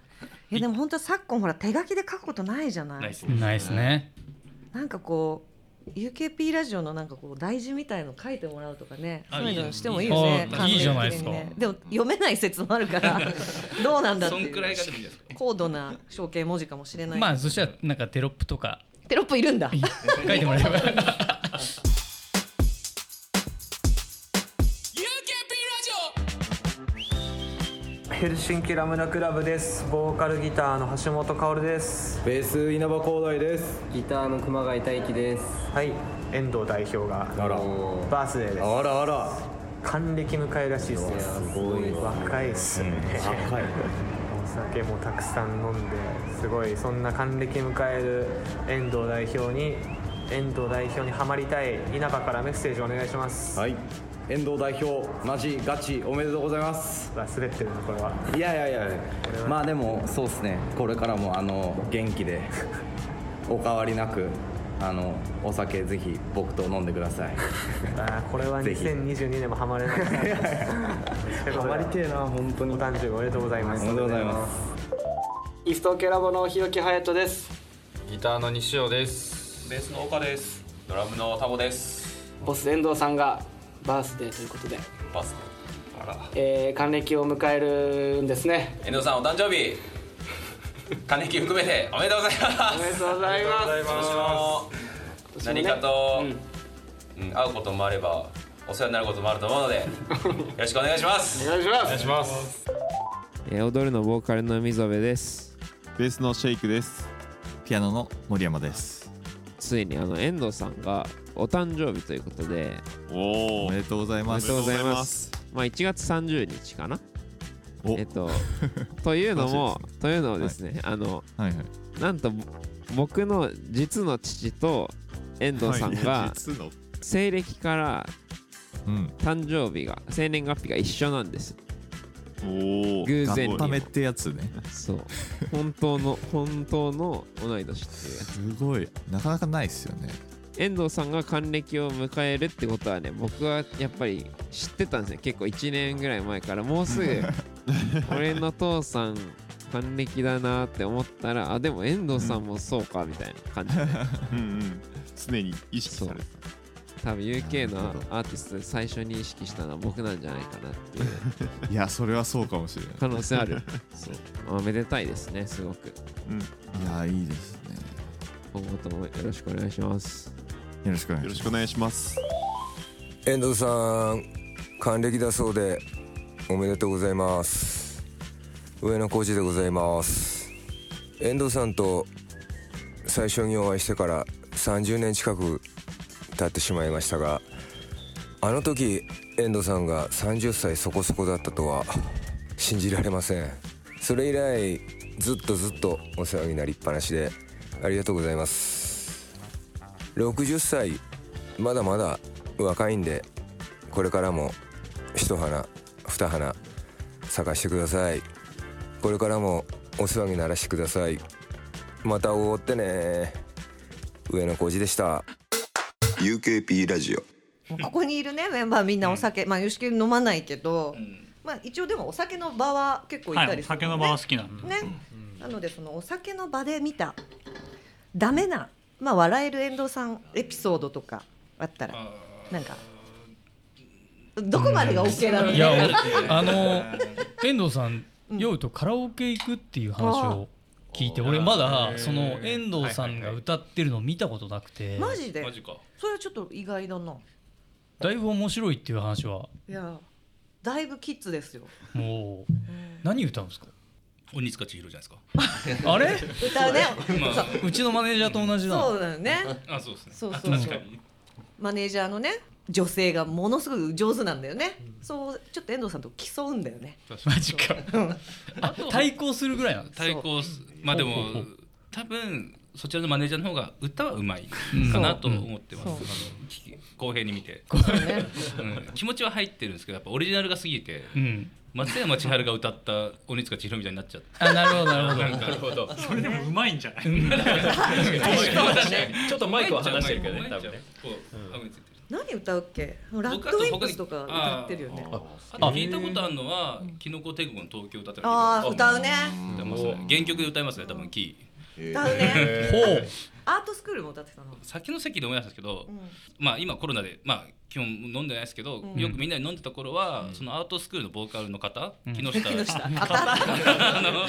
やでも本当昨今ほら手書きで書くことないじゃないないですねなんかこう UKP ラジオのなんかこう大事みたいの書いてもらうとかねあそういうのしてもいいいいよじゃんねあ完全にねいいじゃないですかでも読めない説もあるから どうなんだってそんくらいいうがでもいいですか高度な象形文字かもしれないまあそしたらなんかテロップとかテロップいるんだ書いて もらえばヘルシンキラムナクラブですボーカルギターの橋本薫ですベース稲葉光大ですギターの熊谷大輝ですはい遠藤代表がバースデーですあらあら還暦迎えらしいですねすごい若いですね、若いお酒もたくさん飲んですごいそんな還暦迎える遠藤代表に遠藤代表にハマりたい稲葉からメッセージお願いしますはい遠藤代表マジガチおめでとうございます忘れてるなこれはいやいやいやまあでもそうですねこれからもあの元気でお変わりなくあのお酒ぜひ僕と飲んでくださいあ ーこれはぜひ2022年もハマれない ハマりてえな本当にお誕生日おめでとうございますおめでとうございますイフトケラボの日置隼人ですギターの西尾ですベースの岡ですドラムのタボですボス遠藤さんがバースデーということで、バスあらえー、還暦を迎えるんですね遠藤さんお誕生 日金木含めておめでとうございますおめでとうございます今年も何かと、うん会うこともあればお世話になることもあると思うのでよろしくお願いしますお願いしますお願いしますえー踊るのボーカルの溝部ですベースのシェイクですピアノの森山ですついにあの遠藤さんがお誕生日ということでおおめでとうございますおめでとうございますまあ1月30日かなえっとというのも マジというのをですね、あの、はいはなんとぼ僕の実の父と遠藤さんはい いやが実の西暦から誕生日が生年月日が一緒なんです。おお偶然にもためってやつねそう本当の本当の同い年っていうやつすごいなかなかないですよね遠藤さんが還暦を迎えるってことはね僕はやっぱり知ってたんですね結構1年ぐらい前からもうすぐ 俺の父さん還暦だなって思ったらあでも遠藤さんもそうかみたいな感じで、うんうん常に意識されて多分 UK のアーティストで最初に意識したのは僕なんじゃないかなっていう いやそれはそうかもしれない可能性あ るそうまあめでたいですねすごく、うん、いやいいですね今後ともよろしくお願いしますよろしくお願いしますよろしくお願いします遠藤さん還暦だそうでおめでとうございます上野浩二でございます遠藤さんと最初にお会いしてから30年近く経ってしまいましたがあの時遠藤さんが30歳そこそこだったとは信じられませんそれ以来ずっとずっとお世話になりっぱなしでありがとうございます60歳まだまだ若いんでこれからも一花二花探してくださいこれからもお世話にならしてくださいまたおごってね上野浩二でした UKP ラジオもうここにいるねメンバーみんなお酒、まあ吉木飲まないけど、まあ一応でもお酒の場は結構いたはい、りおする、酒の場は好きなんで、ね、なのでそのお酒の場で見たダメな、まあ、笑える遠藤さんエピソードとかあったらなんかどこまでが OK だろう いやね。おあの遠藤さん酔うとカラオケ行くっていう話を聞いてあー俺まへだーその遠藤さんが歌ってるのを見たことなくてマジでそれはちょっと意外だな。だいぶ面白いっていう話はいやだいぶキッズですよ。もう何歌うんですか鬼塚千尋じゃないですかあれ歌うねまあうちのマネージャーと同じだそうだよね。あそうですねそうあそう確かにマネージャーのね女性がものすごく上手なんだよね。そうちょっと遠藤さんと競うんだよね。マジか。あ 対抗するぐらいなん対抗すまあでほうほうもほう多分そちらのマネージャーの方が歌はうまいかなと思ってます、そあうのき公平に見て、うん気持ちは入ってるんですけどやっぱオリジナルが過ぎて、うん松山千春が歌った鬼塚千尋みたいになっちゃってあなるほどなるほどんかなるほどそれでもうまいんじゃないうん確かにそうだね ちょっとマイクは離してるけどねマイクは離してる多分ねこう顎についてる何歌うっけ？ラッドウィンプスとか歌ってるよね。ああと聞いたことあるのは「キノコ帝国の東京」歌ってあー歌うね歌いますね原曲で歌いますね多分キー歌うねへーアートスクールも歌ってたの。先の席で思い出したんですけど、うんまあ今コロナでまあ基本飲んでないですけど、うんよくみんなで飲んでた頃は、そのアートスクールのボーカルの方、うん木下木下ああの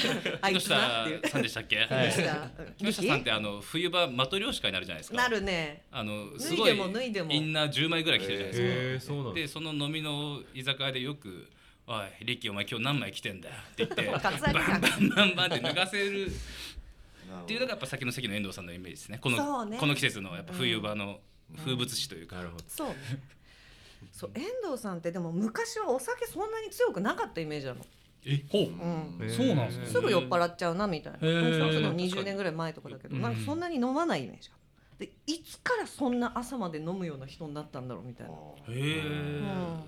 い木つなっていう下さんでしたっけ、はい木下木下さんってあの冬場マトリョーシカになるじゃないですかなるね。あの脱すいごいでも脱いでもインナー10枚ぐらい着てるじゃないですか、へーそうなんだでその飲みの居酒屋でよく「おいリッキーお前今日何枚着てんだ」って言ってバンカツアゲさんバンバンバンって脱がせるっていうのがやっぱ先の席の遠藤さんのイメージですねこそうのねこの季節のやっぱ冬場の風物詩というか、そうね。そう遠藤さんってでも昔はお酒そんなに強くなかったイメージなの。えほう、うんそうなんですねすぐ酔っ払っちゃうなみたいな。そへーれこそ20年ぐらい前とかだけど、うんなんかそんなに飲まないイメージが。でいつからそんな朝まで飲むような人になったんだろうみたいな。へえう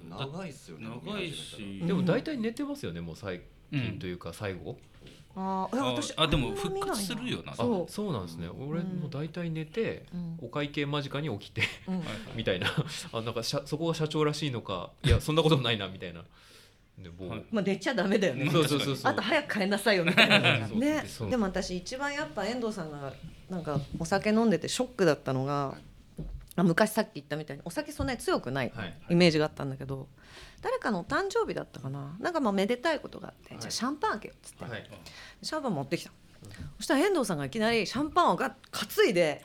ん長いっすよね長いしうんでも大体寝てますよねもう最近というか最後あーえ私あでもんま見復ないな活するよなそうあそうなんですね俺も大体寝て、お会計間近に起きて、うんみたいな あなんか社そこが社長らしいのかいやそんなこともないなみたいなでもう、まあ寝ちゃダメだよね。そうそうそうそうあと早く帰んなさいよみたいな。そうねそ。うでも私一番やっぱ遠藤さんがなんかお酒飲んでてショックだったのが、あ昔さっき言ったみたいにお酒そんなに強くないイメージがあったんだけど、誰かのお誕生日だったかな。なんかまあめでたいことがあって、じゃあシャンパン開けようっつって、はいシャンパン持ってきた。そしたら遠藤さんがいきなりシャンパンをが担いで。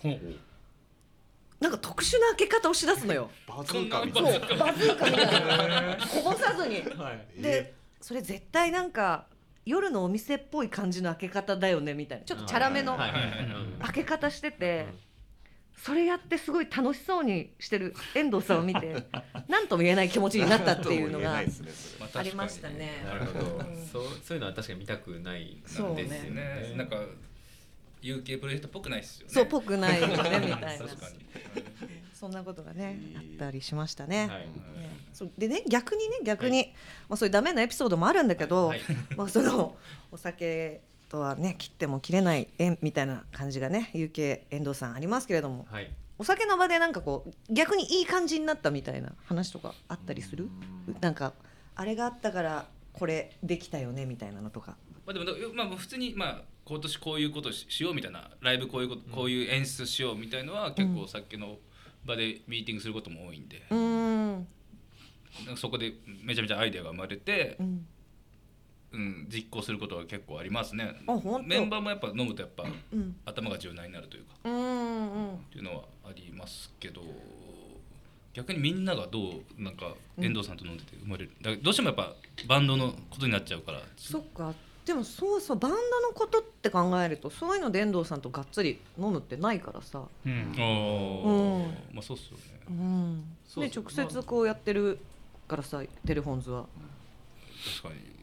なんか特殊な開け方をしだすのよ。バズーカみたいな。そう、バズーカみたいな。こぼさずに。で、それ絶対なんか夜のお店っぽい感じの開け方だよねみたいな。ちょっとチャラめのはいはい開け方してて、それやってすごい楽しそうにしてる遠藤さんを見てなんとも言えない気持ちになったってい うのがありましたね。なるほど。そうそういうのは確かに見たくないなそうねですよね。なんか UK プロジェクトっぽくないっすよねそうぽくないよねみたい な確かに そんなことがねあったりしましたね。はいねそうでね逆にね逆に、まあそういうダメなエピソードもあるんだけど、まあそのお酒とはね切っても切れない縁みたいな感じがね UK 遠藤さんありますけれども、はい。お酒の場でなんかこう逆にいい感じになったみたいな話とかあったりする？なんかあれがあったからこれできたよねみたいなのとか。まあでもよまあ普通にまあ今年こういうことししようみたいなライブこういうことこういう演出しようみたいのは結構さっきの場でミーティングすることも多いんで、うーん。なんかそこでめちゃめちゃアイデアが生まれて、うん実行することは結構ありますねあ本当メンバーもやっぱ飲むとやっぱ、うん頭が柔軟になるというかうーんうん。っていうのはありますけど逆にみんながどうなんか遠藤さんと飲んでて生まれる、だからどうしてもやっぱバンドのことになっちゃうからそっかでもそうそうバンドのことって考えるとそういうので遠藤さんとがっつり飲むってないからさ、うんああまあそうっすよねうん、そうでそう直接こうやってるからさテレフォンズは確かに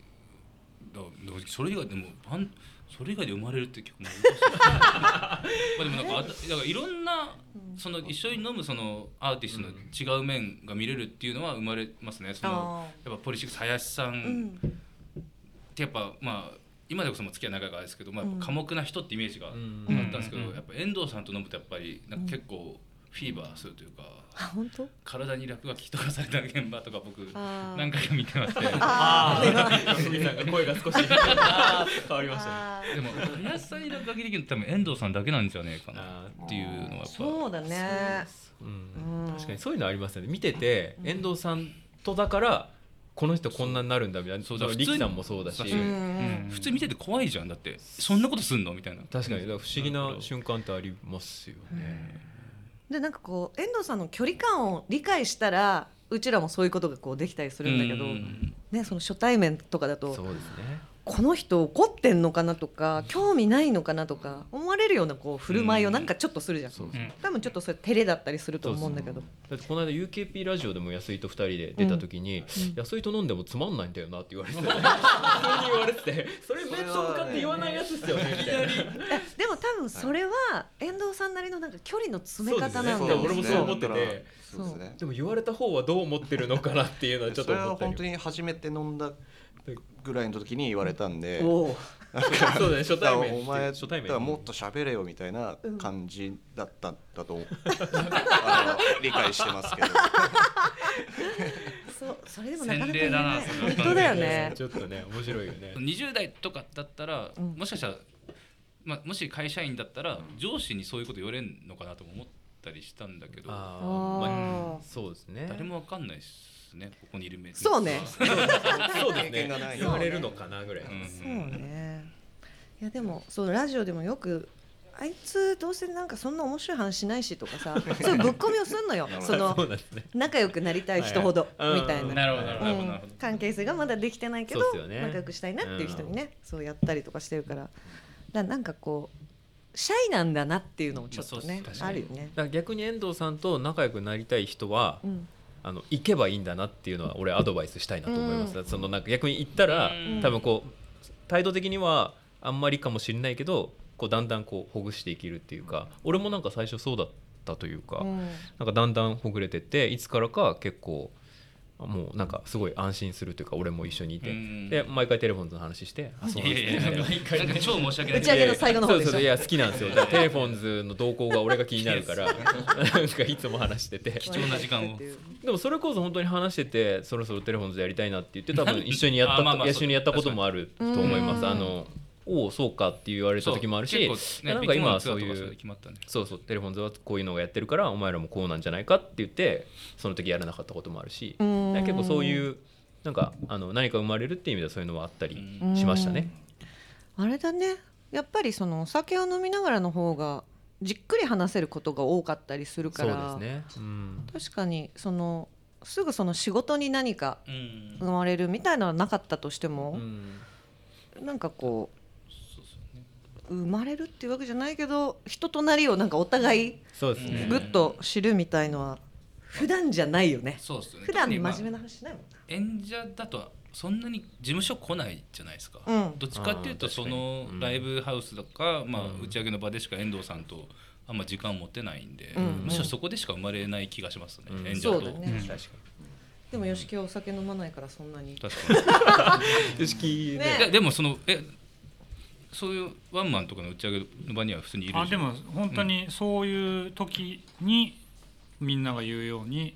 だだからそれ以外でもバンそれ以外で生まれるって結構難しい まあでもなんかあただからいろんなその一緒に飲むそのアーティストの違う面が見れるっていうのは生まれますねそのやっぱポリシックス林さうんんってやっぱまあ今でこそもう付き合い長いからですけど、まあ、やっぱ寡黙な人ってイメージがあったんうんですけど、うんやっぱ遠藤さんと飲むとやっぱりなんか結構フィーバーするというか、あ本当体に落書きとかされた現場とか僕あー何回か見てましてあーー なんか声が少し あー変わりましたねでも林さんに落書きできるの多分遠藤さんだけなんじゃねえかなっていうのはやっぱそうだねうんうん確かにそういうのありますよね。見てて遠藤さんとだからこの人こんなになるんだみたいな。そうだから普通に力さんもそうだし。確かにうん普通見てて怖いじゃんだってそんなことすんのみたいな確かにだから不思議な瞬間ってありますよね。でなんかこう遠藤さんの距離感を理解したらうちらもそういうことがこうできたりするんだけど、うんね、その初対面とかだとそうですね。この人怒ってんのかなとか興味ないのかなとか思われるようなこう振る舞いをなんかちょっとするじゃん、多分ちょっとそれ照れだったりすると思うんだけどだってこの間 UKP ラジオでも安井と2人で出た時に「安井と飲んでもつまんないんだよな」って言 われて普通に言われてて「それ面と向かって言わないやつですよね」みたいな。え でも多分それは遠藤さんなりのなんか距離の詰めそうです方ねなんだそう俺もそう思っててそうですねでも言われた方はどう思ってるのかなっていうのはちょっそとれ思はったり本当に初めて飲んだぐらいの時に言われたんで、おうなんかそうだね初対面だからお前初対面だからもっと喋れよみたいな感じだったん だと、あの理解してますけど。そうそれでもなか洗なか礼だなねそれ本当だよねちょっとね面白いよね20代とかだったら、もしかしたら、まあ、もし会社員だったら、上司にそういうこと言われるのかなとも思ったりしたんだけどあーまああーそうですね誰もわかんないですねここにいるメンバーそうねそう ですねそうですね言われるのかなぐらいそうねいやでもそうラジオでもよくあいつどうせなんかそんな面白い話しないしと かさそういうぶっ込みをすんのよそのそうなんですね仲良くなりたい人ほどはいはいみたいうんななるほどなるほどうんなるほど関係性がまだできてないけどそうっすよね仲良くしたいなっていう人にねそうやったりとかしてるからだからなんかこうシャイなんだなっていうのもちょっとねあるよね。だから逆に遠藤さんと仲良くなりたい人は、うんあの行けばいいんだなっていうのは俺アドバイスしたいなと思います、うんそのなんか逆に行ったら、うん多分こう態度的にはあんまりかもしれないけどこうだんだんこうほぐしていけるっていうか俺もなんか最初そうだったというか、うんなんかだんだんほぐれてっていつからか結構もうなんかすごい安心するというか俺も一緒にいて、うんで毎回テレフォンズの話してあそうなんですねいやいやいやみたななんか超申し訳ない打ち上げの最後の方でそうしょそうそういや好きなんですよだからテレフォンズの動向が俺が気になるからなんかいつも話してて貴重な時間をでもそれこそ本当に話しててそろそろテレフォンズやりたいなって言って多分一緒にやっ あたまあまあ一緒にやったこともあると思いまうすんあのおおそうかって言われた時もあるし、そう結構ねなんか今はそうビッグモールいうのツアーとかそういうの決まったねそうそうテレフォンズはこういうのがやってるからお前らもこうなんじゃないかって言ってその時やらなかったこともあるしうだんから結構そういうなんかあの何か生まれるっていう意味ではそういうのはあったりしましたね。あれだねやっぱりそのお酒を飲みながらの方がじっくり話せることが多かったりするそかうらですね、うん、確かにそのすぐその仕事に何かうん生まれるみたいなのはなかったとしても、なんかこう生まれるっていうわけじゃないけど人となりをなんかお互いそうですねぐっと知るみたいのは普段じゃないよねそうですよね普段特真にまあ面目な話しないもん演者だとそんなに事務所来ないじゃないですか、うんどっちかっていうとあーそ確かにのうんライブハウスとか、まあ、打ち上げの場でしか遠藤さんとあんま時間を持てないんで、うんむしろそこでしか生まれない気がしますね、演者そとうだね、でも吉木はお酒飲まないからそんなに確かに ねいやでもそのえそういうワンマンとかの打ち上げの場には普通にいるあでも本当にそういう時にみんなが言うように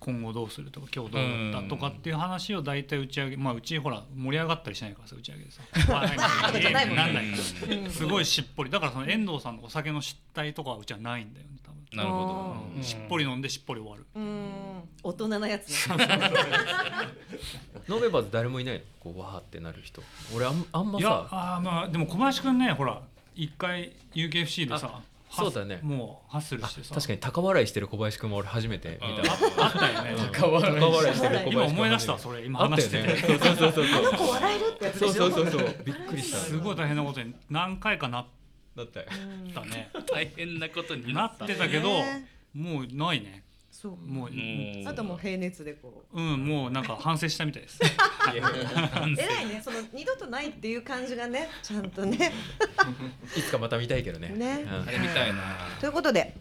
今後どうするとか今日どうだったとかっていう話を大体打ち上げまあうちほら盛り上がったりしないからさ打ち上げでさあなんだじゃないもんねなんだうよんすごいしっぽりだからその遠藤さんのお酒の失態とかはうちはないんだよね多分なるほどうんしっぽり飲んでしっぽり終わる うーん大人なやつね飲めば誰もいないのこうわーってなる人俺あんあんまいやさあーまあでも小林くんねほら一回 UKFC でさあそうだねもうハッスルしてさ確かに高笑いしてる小林君も俺初めて見たああったよね うん高笑いしてる小林君今思い出したそれ今話しててあったよねそうそうそうそうあの子笑えるってやつでしょそうそうそうそうびっくりしたすごい大変なことに何回かなだったよだ ね大変なことになってたけどねもうないね そうもうあともう平熱でこううんもうなんか反省したみたい です偉いねその二度とないっていう感じがねちゃんとねいつかまた見たいけどねねうんあれ見たいということで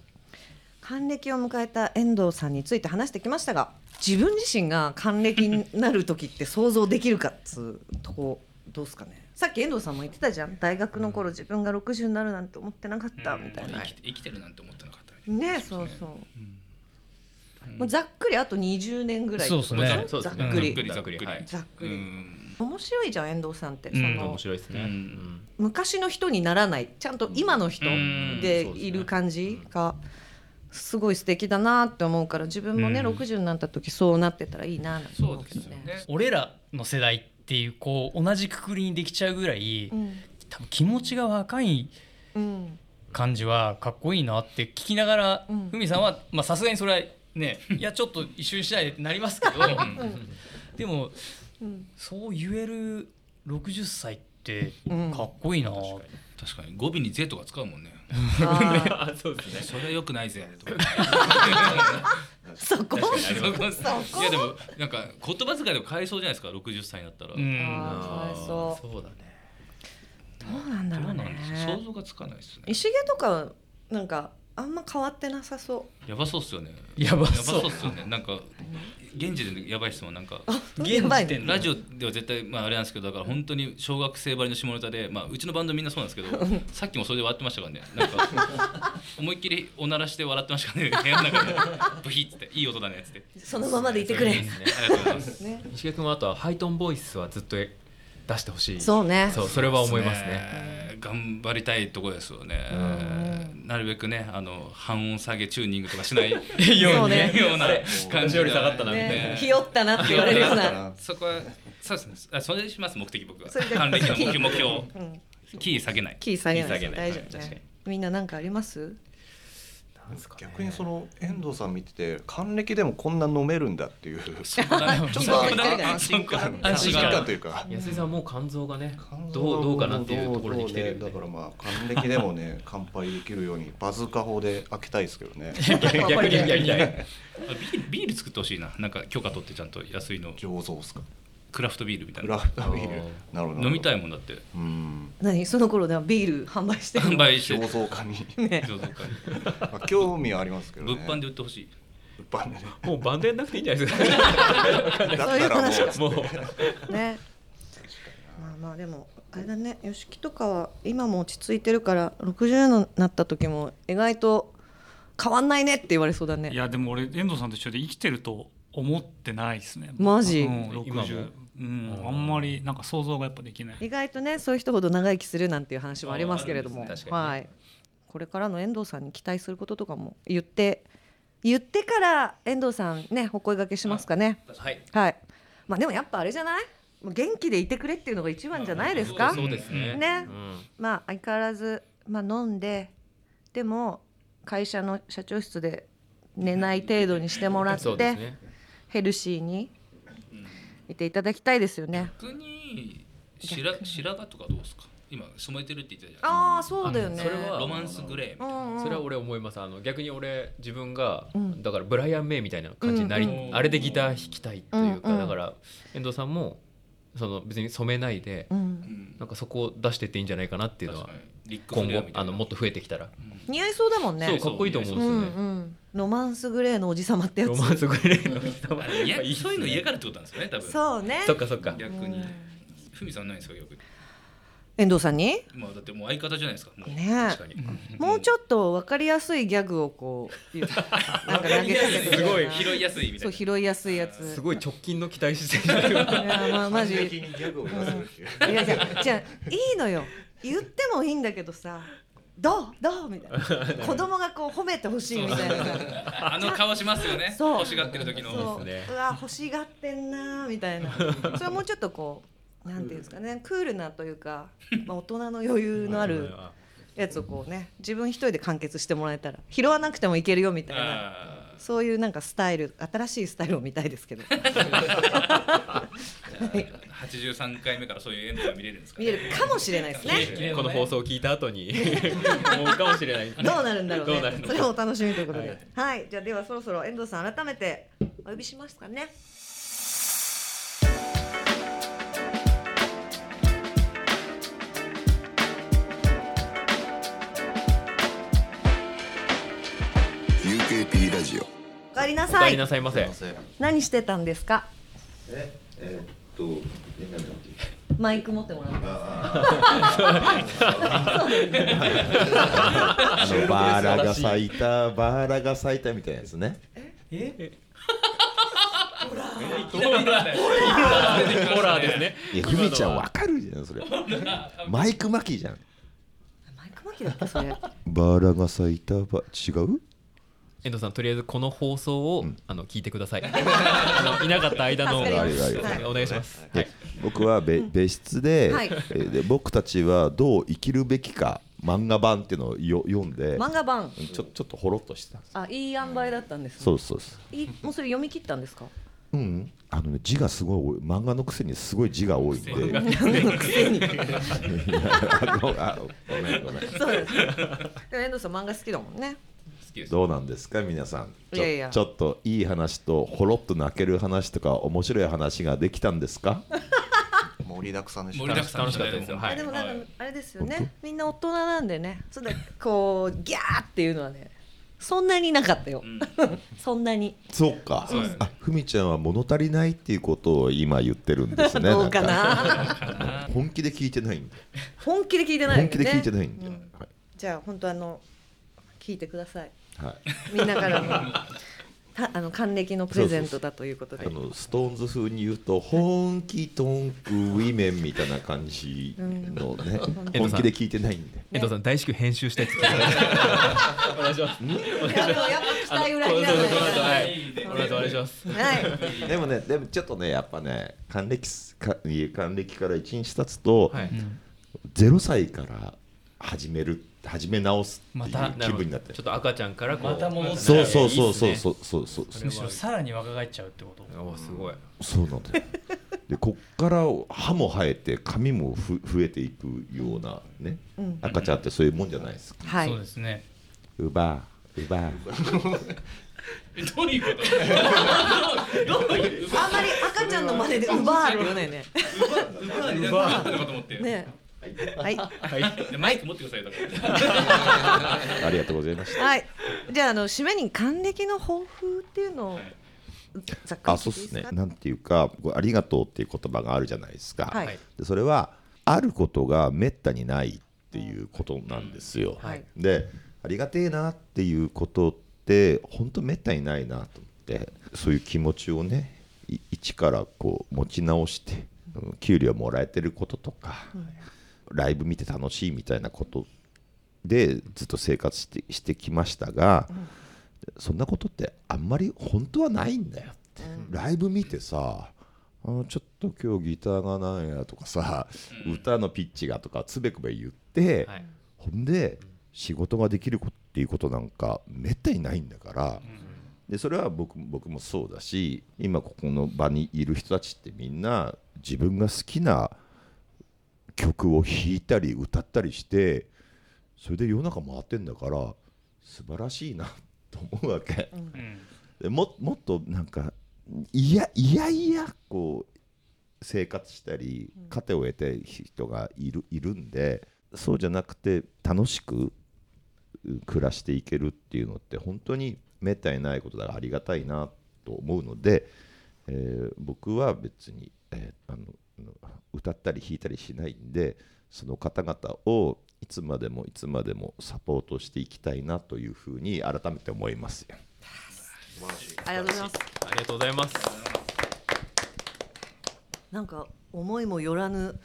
還暦を迎えた遠藤さんについて話してきましたが自分自身が還暦になる時って想像できるかっつうとこどうですかねさっき遠藤さんも言ってたじゃん大学の頃自分が60になるなんて思ってなかったみたいな、生きて生きてるなんて思ってなかったねそうそう、もうざっくりあと20年ぐらいそうっすねざっそうっすねくりざっくりはいざっくりうん面白いじゃん遠藤さんって、うんその面白いですねうん昔の人にならないちゃんと今の人うんでそうですいる感じがすごい素敵だなって思うから自分もね、うん60になった時そうなってたらいいななんて思うけどね俺らの世代っていうこう同じくくりにできちゃうぐらい、うん多分気持ちが若いうん感じはかっこいいなって聞きながらうんふみ、さんはまあさすがにそれはねいやちょっと一瞬しないでってなりますけど、んでもうんそう言える60歳ってかっこいいな、確かに語尾に「ぜ」とか使うもんねあそうですね それはよくないぜとか そこ確かにありますそこいやでもなんか言葉遣いでも変えそうじゃないですか60歳になったらうんあー変えそうそうだねどうなんだろうどうなんですねか想像がつかないですね石毛とかなんかあんま変わってなさそうやばそうっすよねやばそうやばそうっすよねなんか現時点でやばい質問なんか現時点でラジオでは絶対まああれなんですけどだから本当に小学生ばりの下ネタでまあうちのバンドみんなそうなんですけどさっきもそれで笑ってましたからねなんか思いっきりおならして笑ってましたからね部屋の中でブヒッつっていい音だねっつってそのままでいてくれそうですねありがとうございますね石垣君はあとはハイトーンボイスはずっと出してほしいそうねそうそれは思いますねね頑張りたいとこですよねなるべくねあの半音下げチューニングとかしないよ うにそうね ようなあれ感じ感じより下がったなみたいなねひよったなって言われるようなそこはそうですねあそれにします目的僕はそれで還暦の目標 目標うんキー下げないキー下げないキーです大丈夫はい確かねみんななんかあります逆にその遠藤さん見てて還暦でもこんな飲めるんだっていうちょっとね あ安心感安心感というか安井さんはもう肝臓がねどうどうかなっていうところに来てるよねだからまあ還暦でもね 乾杯できるようにバズーカ法で開けたいですけどね逆にやりたいビールビール作ってほしいななんか許可取ってちゃんと安いの醸造ですかクラフトビールみたいなクラフトビールなるほど飲みたいもんだってうん何その頃ではビール販売してる販売して醸造家にね醸造家にまあ興味はありますけどね物販で売ってほしい物販でね もうバンドやんなくていいんじゃないですか だったらもうそういう話かもうねまあまあでもあれだね吉木とかは今も落ち着いてるから60になった時も意外と変わんないねって言われそうだねいやでも俺遠藤さんと一緒で生きてると思ってないですねマジうん、今も60うんあんまりなんか想像がやっぱできない意外とねそういう人ほど長生きするなんていう話もありますけれども、あーあるんですね確かにねはいこれからの遠藤さんに期待することとかも言って言ってから遠藤さんねお声掛けしますかねはいはいまあでもやっぱあれじゃないもう元気でいてくれっていうのが一番じゃないですかそうですねうんまあ相変わらずまあ飲んででも会社の社長室で寝ない程度にしてもらっそて、うですねヘルシーにいていただきたいですよね逆に白白髪とかどうですか今染めてるって言ってたじゃんああそうだよねそれはロマンスグレーみたいなうんうんそれは俺思いますあの逆に俺自分が、うんだからブライアン・メイみたいな感じになり、うんうんあれでギター弾きたいっていうか、うんうんだから遠藤さんもその別に染めないで、うんなんかそこを出してっていいんじゃないかなっていうのはリック今フレア後みたあのもっと増えてきたら、似合いそうだもんねそうかっこいいと思うんですよね、うんうんロマンスグレーのおじさまってやつロマンスグレ ーのあいやそういうの嫌がるってことなんですよね多分そうねそっかそっか逆にふみさんないんですかよく遠藤さんにまあだってもう相方じゃないですかもうね確かにもうちょっと分かりやすいギャグをこう なんか投げかけてくれるようなすごい拾いやすいみたいなそう拾いやすいやつすごい直近の期待姿勢いやま あマジい やいやじゃあいいのよ言ってもいいんだけどさどうどうみたい な子供がこう褒めてほしいみたいなあの顔しますよねそう欲しがってる時のそううわ欲しがってんなーみたい なそれはもうちょっとこうなんていうんですかねクールなというか、まあ、大人の余裕のあるやつをこうね自分一人で完結してもらえたら拾わなくてもいけるよみたいなそういうなんかスタイル新しいスタイルを見たいですけ ど八十三回目からそういう演舞が見れるんですか見えるかもしれないですねこの放送を聞いた後 に思うかもしれないですねどうなるんだろうねどうなるのそれをお楽しみということでははいい、じゃあではそろそろ遠藤さん改めてお呼びしますかねラジオおかえりなおさ帰いりなさいませ何してたんですかええっとマイク持ってもらって あのバラが咲いたバラが咲いたみたいなやつねえホラーホラーですねいやゆみちゃんわかるじゃんそれマイクマキじゃん バラが咲いたば違う遠藤さんとりあえずこの放送を、あの聞いてくださいあのいなかった間の助かりますはいお願いしますで僕はべ別室で,、はいえで僕たちはどう生きるべきか漫画版っていうのをよ読んで漫画版ちょちょっとほろっとしてたあいい塩梅だったんですねそうそうそういもうそれ読み切ったんですか うんあのね字がすごい多い漫画のくせにすごい字が多いんで漫画のくせにいやあごあごめんごめんそうですでも遠藤さん漫画好きだもんねどうなんですか皆さんちいょやいやちょっといい話とほろっと泣ける話とか面白い話ができたんですか盛りだくさんで盛りだくさんでしたね楽しかったですよあでもなんかあれですよねみんな大人なんでねそうだこうギャーっていうのはねそんなになかったよ、 そんなにそうかそうですねあふみちゃんは物足りないっていうことを今言ってるんですねどうかなんか本気で聞いてないんだ 本気で聞いてないよ本ね気で聞いてないんだ、じゃあ本当あの聞いてくださいはいみんなから のたあの還暦のプレゼントだということであのストーンズ風に言うと「本気トンクウィメン」みたいな感じのねうん本気で聞いてないんで遠藤さん大至急編集したやつお願いしますお願いします期待裏切らあないのこの後はいこの後お願いしますでもねでもちょっとねやっぱね還暦すかいえ還暦から1日経つと、ゼロ0歳から始める始め直すっていう気分になってちょっと赤ちゃんからこうまた戻ってそうそうそうそうそうそうそうそうむしろさらに若返っちゃうってことすごいそうなんだよでこっから歯も生えて髪もふ増えていくようなね、うん赤ちゃんってそういうもんじゃないですか、はいそうですねうばうばどういうことどういうあんまり赤ちゃんの真似で「うばー」って言わないねうばーうばーってなんかと思ってねはいはいマイク持ってくださいよだからありがとうございましたはいじゃああの締めに還暦の抱負っていうのをざっくりあそうですねなんていうかこうありがとうっていう言葉があるじゃないですか、はいでそれはあることがめったにないっていうことなんですよ、はいでありがてえなっていうことって本当めったにないなと思ってそういう気持ちをねい一からこう持ち直してうん給料もらえてることとかライブ見て楽しいみたいなことでずっと生活してしてきましたが、そんなことってあんまり本当はないんだよって、ライブ見てさあーちょっと今日ギターがなんやとかさ、歌のピッチがとかつべくべ言って、ほんで仕事ができるこっていうことなんかめったにないんだから、でそれは僕僕もそうだし今ここの場にいる人たちってみんな自分が好きな曲を弾いたり歌ったりしてそれで世の中回ってんだから素晴らしいなと思うわけ、でももっとなんかいやいやいやこう生活したり糧を得てる人がいるいるんでそうじゃなくて楽しくう暮らしていけるっていうのって本当にめったにないことだからありがたいなと思うので、えー僕は別に、えーあのあの歌ったり弾いたりしないんでその方々をいつまでもいつまでもサポートしていきたいなというふうに改めて思いますよ。ありがとうございますありがとうございますなんか思いもよらぬ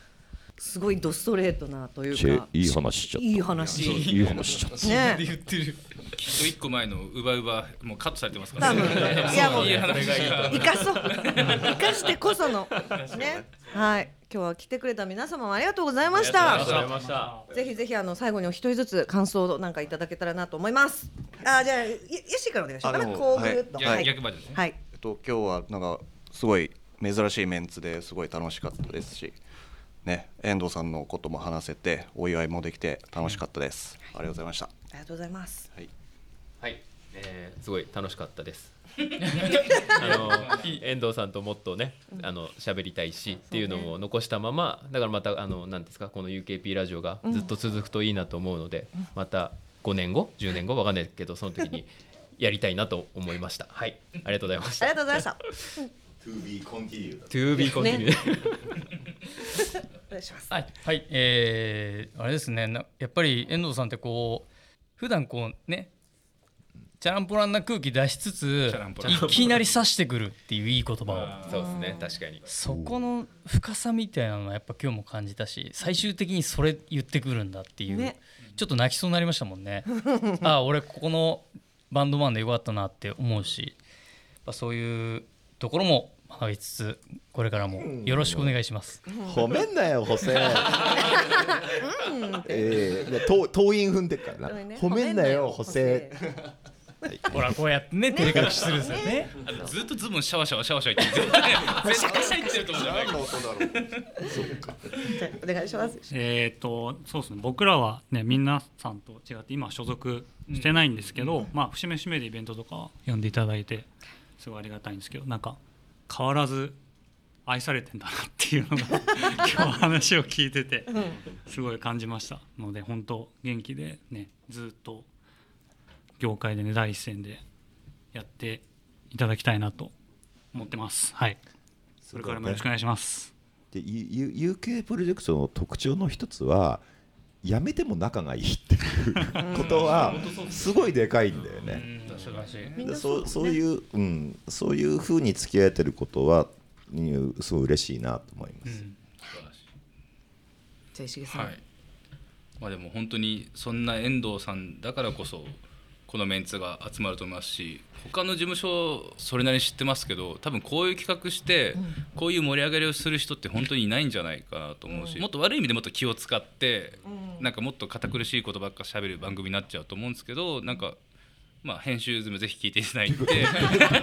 すごいドストレートなとチいうェかいい話しちゃったいい話いい話しちゃったねで言ってるきっと一個前のウバウバもうカットされてますか多ら分いやもうい話生 かそう生かしてこそのねはい今日は来てくれた皆様もありがとうございましたありがとうございましたぜひぜひあの最後にお一人ずつ感想をなんかいただけたらなと思いますあじゃあよよしーからお願いしますあでもこうぐはいーっと逆逆バージョンねはいえっと今日はなんかすごい珍しいメンツですごい楽しかったですし、ね、遠藤さんのことも話せてお祝いもできて楽しかったです。ありがとうございました。ありがとうございますはい、 えーすごい楽しかった です。あの遠藤さんともっとねあの喋りたいしっていうのも残したままだからまたあのなんですかこの UKP ラジオがずっと続くといいなと思うので、また5年後10年後わかんないけどその時にやりたいなと思いましたはいありがとうございましたありがとうございました To be continued To be continued ねお願いしますはい、はい、えー、あれですね、なやっぱり遠藤さんってこう、普段こうね、チャランポランな空気出しつつチャランポ、ランいきなり刺してくるっていういい言葉を。そうですね確かにそこの深さみたいなのはやっぱ今日も感じたし最終的にそれ言ってくるんだっていう、ねちょっと泣きそうになりましたもん ねああ俺ここのバンドマンでよかったなって思うしやっぱそういうところも学びつつこれからもよろしくお願いします、褒めんなよ補正ええー、党党員踏んでっからな褒めんなよ補正ほらこうやってね照れ隠しするんですよねあのずっとズボンシャワシャワシャワシャワ言ってる絶対絶対言ってると思うんじゃないじゃあお願いしますえっとそうですね僕らはねみんなさんと違って今所属してないんですけど、まあ節目節目でイベントとか呼んでいただいてすごいありがたいんですけどなんか変わらず愛されてんだなって いうのが今日話を聞いててうんすごい感じましたので本当元気でねずっと業界でね第一線でやっていただきたいなと思ってますはいそれからもよろしくお願いしますで U- U- UK プロジェクトの特徴の一つはやめても仲がいいっていうことはすごいでかいんだよね。でそうそういう、うん、そういうふうに付き合えてることはうんすごい嬉しいなと思います。じゃあ石毛さん、はい、まあでも本当にそんな遠藤さんだからこそこのメンツが集まると思いますし他の事務所それなりに知ってますけど多分こういう企画してこういう盛り上がりをする人って本当にいないんじゃないかなと思うし、もっと悪い意味でもっと気を使って、なんかもっと堅苦しいことばっか喋る番組になっちゃうと思うんですけどなんか。まあ編集ズムぜひ聞いていただいて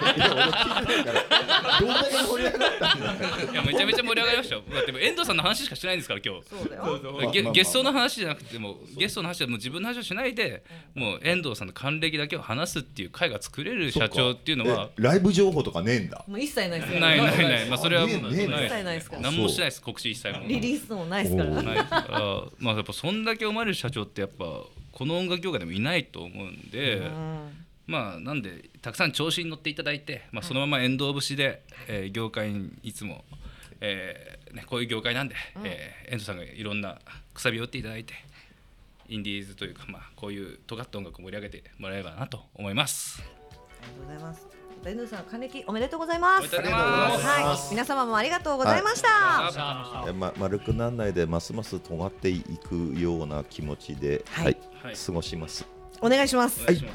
どんだけ盛り上がったんだいやめちゃめちゃ盛り上がりましたよ。だってもう遠藤さんの話しかしてないんですから今日。そうだよそうそゲうまあまあまあゲストの話じゃなくてもゲストの話はもう自分の話をしないで、もう遠藤さんの還暦だけを話すっていう会が作れる社長っていうのはえ。ライブ情報とかねえんだ。もう一切ないですよないないない、まあそれはねもうねない一切ないですから何もしてないです告知一切も。リリースもないですからないからまあやっぱそんだけ思われる社長ってやっぱこの音楽業界でもいないと思うんで、うんまあなんでたくさん調子に乗っていただいて、まあ、そのまま遠藤節で、えー業界にいつも、えーね、こういう業界なんで、うんえー遠藤さんがいろんなくさびを打っていただいてインディーズというか、まあ、こういう尖った音楽を盛り上げてもらえればなと思います。ありがとうございます。ベヌさん、還暦おめでとうございます。おめでとうございますはい、皆様もありがとうございました。いやま、丸くならないでますます尖っていくような気持ちで、はいはい過ごします。お願いします。お願いしま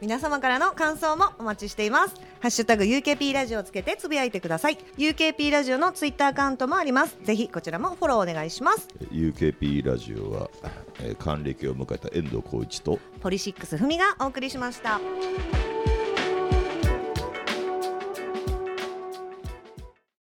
皆様からの感想もお待ちしています。ハッシュタグ UKP ラジオをつけてつぶやいてください。UKP ラジオのツイッターアカウントもあります。ぜひこちらもフォローお願いします。 UKP ラジオは、えー還暦を迎えた遠藤浩一とポリシックスふみがお送りしました。